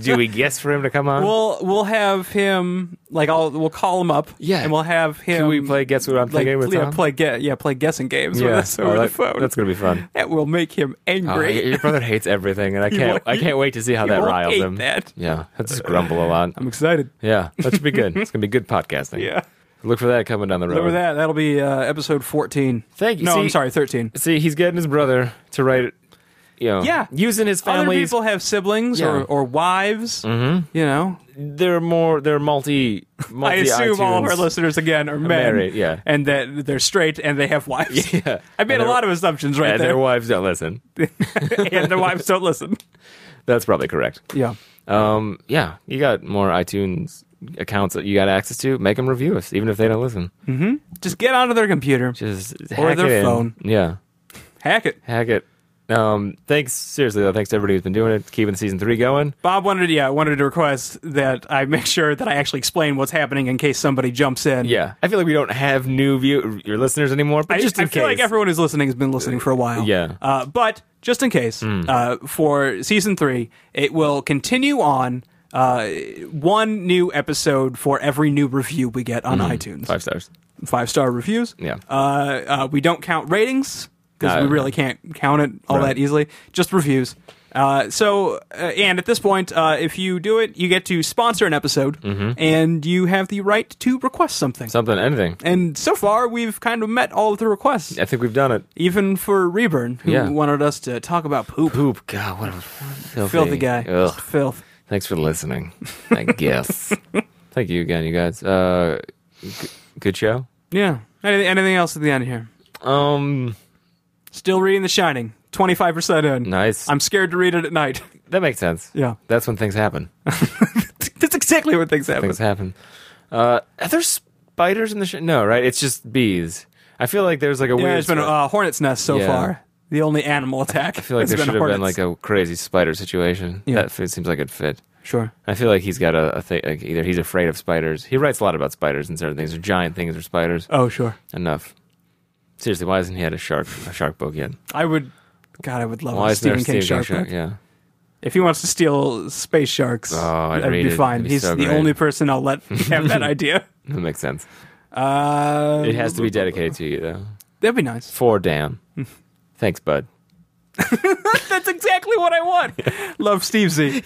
Speaker 2: do we guess for him to come on?
Speaker 1: We'll we'll have him like I'll we'll call him up.
Speaker 2: Yeah.
Speaker 1: And we'll have him
Speaker 2: Can we play Guess What I'm
Speaker 1: Um, like,
Speaker 2: Thinking with
Speaker 1: yeah,
Speaker 2: Tom?
Speaker 1: play get yeah, play guessing games with us
Speaker 2: Oh,
Speaker 1: over
Speaker 2: that-
Speaker 1: the phone.
Speaker 2: That's gonna be fun.
Speaker 1: that will make him
Speaker 2: Oh,
Speaker 1: angry.
Speaker 2: your brother hates everything, and I
Speaker 1: won't-
Speaker 2: can't. I can't wait to see how
Speaker 1: he
Speaker 2: that
Speaker 1: will
Speaker 2: riles
Speaker 1: hate
Speaker 2: him.
Speaker 1: that.
Speaker 2: Yeah, he'll just grumble a lot.
Speaker 1: I'm excited.
Speaker 2: Yeah, that should be good. It's gonna be good podcasting.
Speaker 1: Yeah.
Speaker 2: look for that coming down the road.
Speaker 1: Remember that. That'll be uh, episode fourteen.
Speaker 2: Thank you.
Speaker 1: No, I'm
Speaker 2: See-
Speaker 1: sorry, thirteen.
Speaker 2: See, he's getting his brother to write. You know,
Speaker 1: Yeah.
Speaker 2: using his
Speaker 1: Other
Speaker 2: family's.
Speaker 1: people have siblings or,
Speaker 2: Yeah.
Speaker 1: or wives. Mm-hmm. You know,
Speaker 2: they're more. They're multi.
Speaker 1: I
Speaker 2: multi
Speaker 1: assume all of
Speaker 2: iTunes.
Speaker 1: our listeners again are men,
Speaker 2: married, yeah.
Speaker 1: and that they're straight and they have wives.
Speaker 2: Yeah.
Speaker 1: I made
Speaker 2: And
Speaker 1: a
Speaker 2: their-
Speaker 1: lot of assumptions right
Speaker 2: And their
Speaker 1: there,
Speaker 2: wives don't listen.
Speaker 1: and their wives don't listen.
Speaker 2: That's probably correct.
Speaker 1: Yeah,
Speaker 2: Um, yeah, you got more iTunes accounts that you got access to. Make them review us, even if they don't listen.
Speaker 1: just get onto their computer,
Speaker 2: Just
Speaker 1: Or
Speaker 2: hack
Speaker 1: their
Speaker 2: it in.
Speaker 1: phone.
Speaker 2: Yeah,
Speaker 1: hack it.
Speaker 2: hack it. Um, thanks seriously though. Thanks to everybody who's been doing it, keeping season three going.
Speaker 1: Bob wanted, yeah, wanted to request that I make sure that I actually explain what's happening in case somebody jumps in.
Speaker 2: Yeah, I feel like we don't have new view your listeners anymore, but
Speaker 1: I,
Speaker 2: just in
Speaker 1: I feel
Speaker 2: case.
Speaker 1: like everyone who's listening has been listening for a while.
Speaker 2: Yeah. Hmm.
Speaker 1: Uh, but just in case, uh, for season three, it will continue on uh, one new episode for every new review we get on iTunes.
Speaker 2: Hmm. Five stars.
Speaker 1: Five star reviews.
Speaker 2: Yeah.
Speaker 1: Uh, uh, we don't count ratings because
Speaker 2: No.
Speaker 1: we really can't count it all
Speaker 2: Right.
Speaker 1: that easily. Just reviews. Uh, so, uh, and at this point, uh, if you do it, you get to sponsor an episode,
Speaker 2: Mm-hmm.
Speaker 1: and you have the right to request something.
Speaker 2: Something, anything.
Speaker 1: and so far, we've kind of met all of the requests
Speaker 2: I think we've done it.
Speaker 1: even for Reburn, who
Speaker 2: Yeah.
Speaker 1: wanted us to talk about poop.
Speaker 2: Poop. God, what a filthy,
Speaker 1: Filthy guy.
Speaker 2: Ugh.
Speaker 1: Just Filth.
Speaker 2: Thanks for listening. I guess. Thank you again, you guys. Uh, g- good show.
Speaker 1: Yeah. Anything, anything else at the end here?
Speaker 2: Um,
Speaker 1: Still reading The Shining. 25% in.
Speaker 2: nice.
Speaker 1: I'm scared to read it at night.
Speaker 2: that makes sense.
Speaker 1: Yeah.
Speaker 2: That's when things happen.
Speaker 1: That's exactly what things happen.
Speaker 2: things happen. Uh, are there spiders in the show? No, right? It's just bees. I feel like there's like a
Speaker 1: yeah,
Speaker 2: weird.
Speaker 1: it's been a
Speaker 2: sp-
Speaker 1: uh, hornet's nest so
Speaker 2: Yeah.
Speaker 1: far. The only animal attack.
Speaker 2: I feel like
Speaker 1: has
Speaker 2: there
Speaker 1: been
Speaker 2: should have been
Speaker 1: hornets.
Speaker 2: like a crazy spider situation.
Speaker 1: Yeah.
Speaker 2: That f- seems like it fit.
Speaker 1: Sure.
Speaker 2: I feel like he's got a, a thing. Like either he's afraid of spiders. He writes a lot about spiders and certain things, or giant things, or spiders.
Speaker 1: Oh, sure.
Speaker 2: Enough. Seriously, why hasn't he had a shark a shark book yet?
Speaker 1: I would. God, I would love
Speaker 2: Why
Speaker 1: a
Speaker 2: isn't
Speaker 1: Oh, Stephen
Speaker 2: there
Speaker 1: King
Speaker 2: a Stephen
Speaker 1: shark.
Speaker 2: King shark?
Speaker 1: book.
Speaker 2: Yeah.
Speaker 1: If he wants to steal space sharks,
Speaker 2: I'd
Speaker 1: that'd
Speaker 2: read
Speaker 1: be
Speaker 2: it.
Speaker 1: fine.
Speaker 2: It'd be
Speaker 1: He's
Speaker 2: so
Speaker 1: the
Speaker 2: great.
Speaker 1: only person I'll let have that idea.
Speaker 2: That makes sense.
Speaker 1: Uh,
Speaker 2: It has to be dedicated to you though.
Speaker 1: Um, That'd be nice.
Speaker 2: For Dan. Thanks, bud.
Speaker 1: That's exactly what I want. Love Steve Z.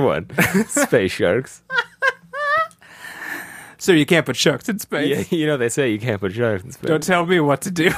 Speaker 2: one. Space sharks.
Speaker 1: So you can't put sharks in space.
Speaker 2: Yeah, you know they say you can't put sharks in space.
Speaker 1: Don't tell me what to do.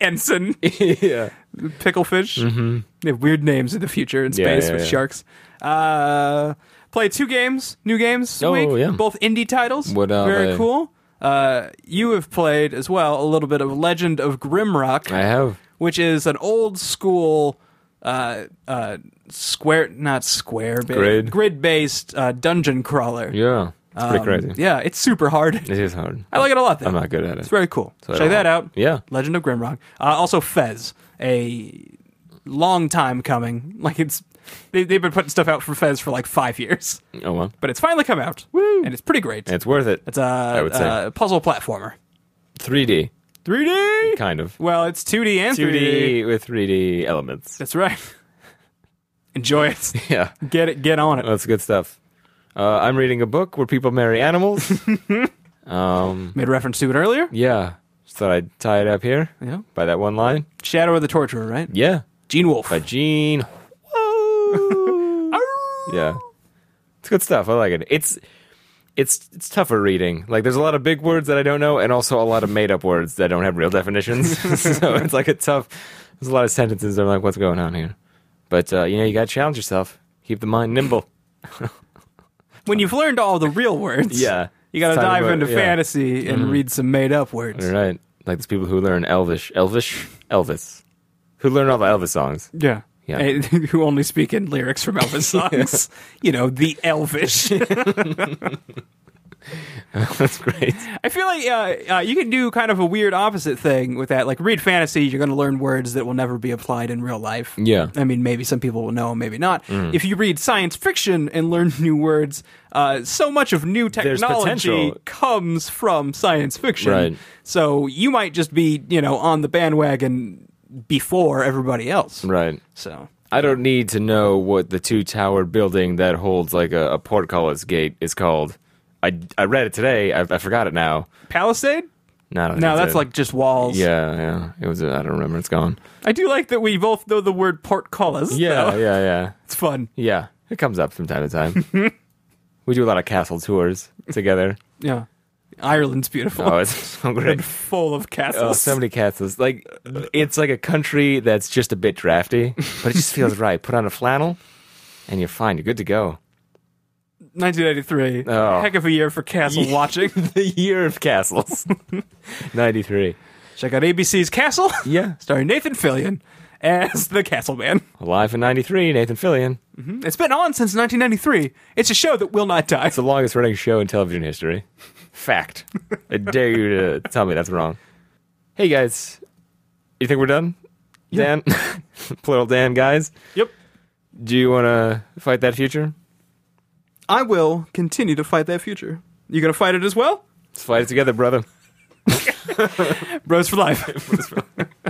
Speaker 1: Ensign,
Speaker 2: yeah.
Speaker 1: picklefish. Mm-hmm. They have weird names in the future in
Speaker 2: Yeah,
Speaker 1: space
Speaker 2: yeah,
Speaker 1: with
Speaker 2: yeah.
Speaker 1: sharks. Uh, play two games, new games this
Speaker 2: Oh,
Speaker 1: week.
Speaker 2: yeah.
Speaker 1: Both indie titles.
Speaker 2: What are
Speaker 1: Very
Speaker 2: they?
Speaker 1: cool. Uh, you have played as well a little bit of Legend of Grimrock.
Speaker 2: I have.
Speaker 1: which is an old school uh, uh, square, not square, ba-
Speaker 2: Grid.
Speaker 1: based uh, dungeon crawler.
Speaker 2: Yeah. It's pretty
Speaker 1: Um,
Speaker 2: crazy.
Speaker 1: Yeah, it's super hard.
Speaker 2: It is hard.
Speaker 1: I like it a lot. Though.
Speaker 2: I'm not good at
Speaker 1: It's
Speaker 2: it.
Speaker 1: very cool.
Speaker 2: So I
Speaker 1: Check
Speaker 2: don't-
Speaker 1: that out.
Speaker 2: Yeah.
Speaker 1: Legend of Grimrock. Uh, also, Fez, a long time coming. Like it's they, they've been putting stuff out for Fez for like five years,
Speaker 2: Oh well.
Speaker 1: but it's finally come out, Woo! and it's pretty great.
Speaker 2: It's worth it.
Speaker 1: It's a,
Speaker 2: I would say.
Speaker 1: a puzzle platformer.
Speaker 2: 3D.
Speaker 1: 3D.
Speaker 2: kind of.
Speaker 1: Well, it's 2D and 3D.
Speaker 2: 2D with 3D elements.
Speaker 1: That's right. Enjoy it.
Speaker 2: Yeah,
Speaker 1: Get it. Get on it.
Speaker 2: that's good stuff. Uh, I'm reading a book where people marry animals. Um,
Speaker 1: Made reference to it earlier.
Speaker 2: yeah, just thought I'd tie it up here
Speaker 1: Yeah.
Speaker 2: by that one line.
Speaker 1: Shadow of the Torturer, right?
Speaker 2: Yeah,
Speaker 1: Gene Wolfe.
Speaker 2: by Gene. Whoa. yeah, it's good stuff. I like it. It's it's it's tougher reading. Like there's a lot of big words that I don't know, and also a lot of made up words that don't have real definitions. so it's like a tough. There's a lot of sentences. That I'm like, what's going on here? But uh, you know, you gotta challenge yourself. Keep the mind nimble.
Speaker 1: when you've learned all the real words,
Speaker 2: Yeah.
Speaker 1: you got to
Speaker 2: It's time
Speaker 1: dive
Speaker 2: to-
Speaker 1: into
Speaker 2: yeah.
Speaker 1: fantasy and read some made up words.
Speaker 2: All right. Like those people who learn Elvish, Elvish, Elvis, who learn all the Elvis songs.
Speaker 1: Yeah.
Speaker 2: Yeah.
Speaker 1: And who only speak in lyrics from Elvis songs. You know, the Elvish.
Speaker 2: That's great.
Speaker 1: I feel like uh, uh, you can do kind of a weird opposite thing with that. Like, read fantasy, you're going to learn words that will never be applied in real life.
Speaker 2: Yeah. Mm.
Speaker 1: I mean, maybe some people will know, maybe not. If you read science fiction and learn new words, uh, so much of new technology
Speaker 2: potential.
Speaker 1: comes from science fiction.
Speaker 2: Right.
Speaker 1: So you might just be, you know, on the bandwagon before everybody else.
Speaker 2: Right.
Speaker 1: So.
Speaker 2: I don't need to know what the two tower building that holds like a, a portcullis gate is called. I, I read it today. I, I forgot it now.
Speaker 1: Palisade?
Speaker 2: No, I don't think
Speaker 1: No,
Speaker 2: it's
Speaker 1: that's
Speaker 2: it.
Speaker 1: like just walls.
Speaker 2: Yeah, yeah. It was. I I don't remember. It's gone.
Speaker 1: I do like that we both know the word portcullis.
Speaker 2: Yeah,
Speaker 1: though.
Speaker 2: yeah, yeah,
Speaker 1: It's fun.
Speaker 2: yeah. It comes up from time to time. we do a lot of castle tours together.
Speaker 1: Yeah. Ireland's beautiful.
Speaker 2: Oh, it's so great.
Speaker 1: full of
Speaker 2: Oh,
Speaker 1: castles.
Speaker 2: so many castles. Like it's like a country that's just a bit drafty, but it just feels right. Put on a flannel, and you're fine. You're good to go.
Speaker 1: 1983.
Speaker 2: Oh.
Speaker 1: Heck of a year for castle
Speaker 2: Yeah.
Speaker 1: watching.
Speaker 2: the year of castles, ninety three.
Speaker 1: Check out ABC's Castle,
Speaker 2: Yeah,
Speaker 1: starring Nathan Fillion as the Castle Man.
Speaker 2: alive in ninety three. Nathan Fillion.
Speaker 1: It's been on since 1993. It's a show that will not die.
Speaker 2: It's the longest running show in television history. Fact. I dare you to tell me that's wrong. Hey guys, you think we're done? Dan, plural Dan guys.
Speaker 1: Yep.
Speaker 2: Do you want to fight that future?
Speaker 1: I will continue to fight that future. You gonna fight it as well?
Speaker 2: Let's fight it together, brother.
Speaker 1: Bros for life.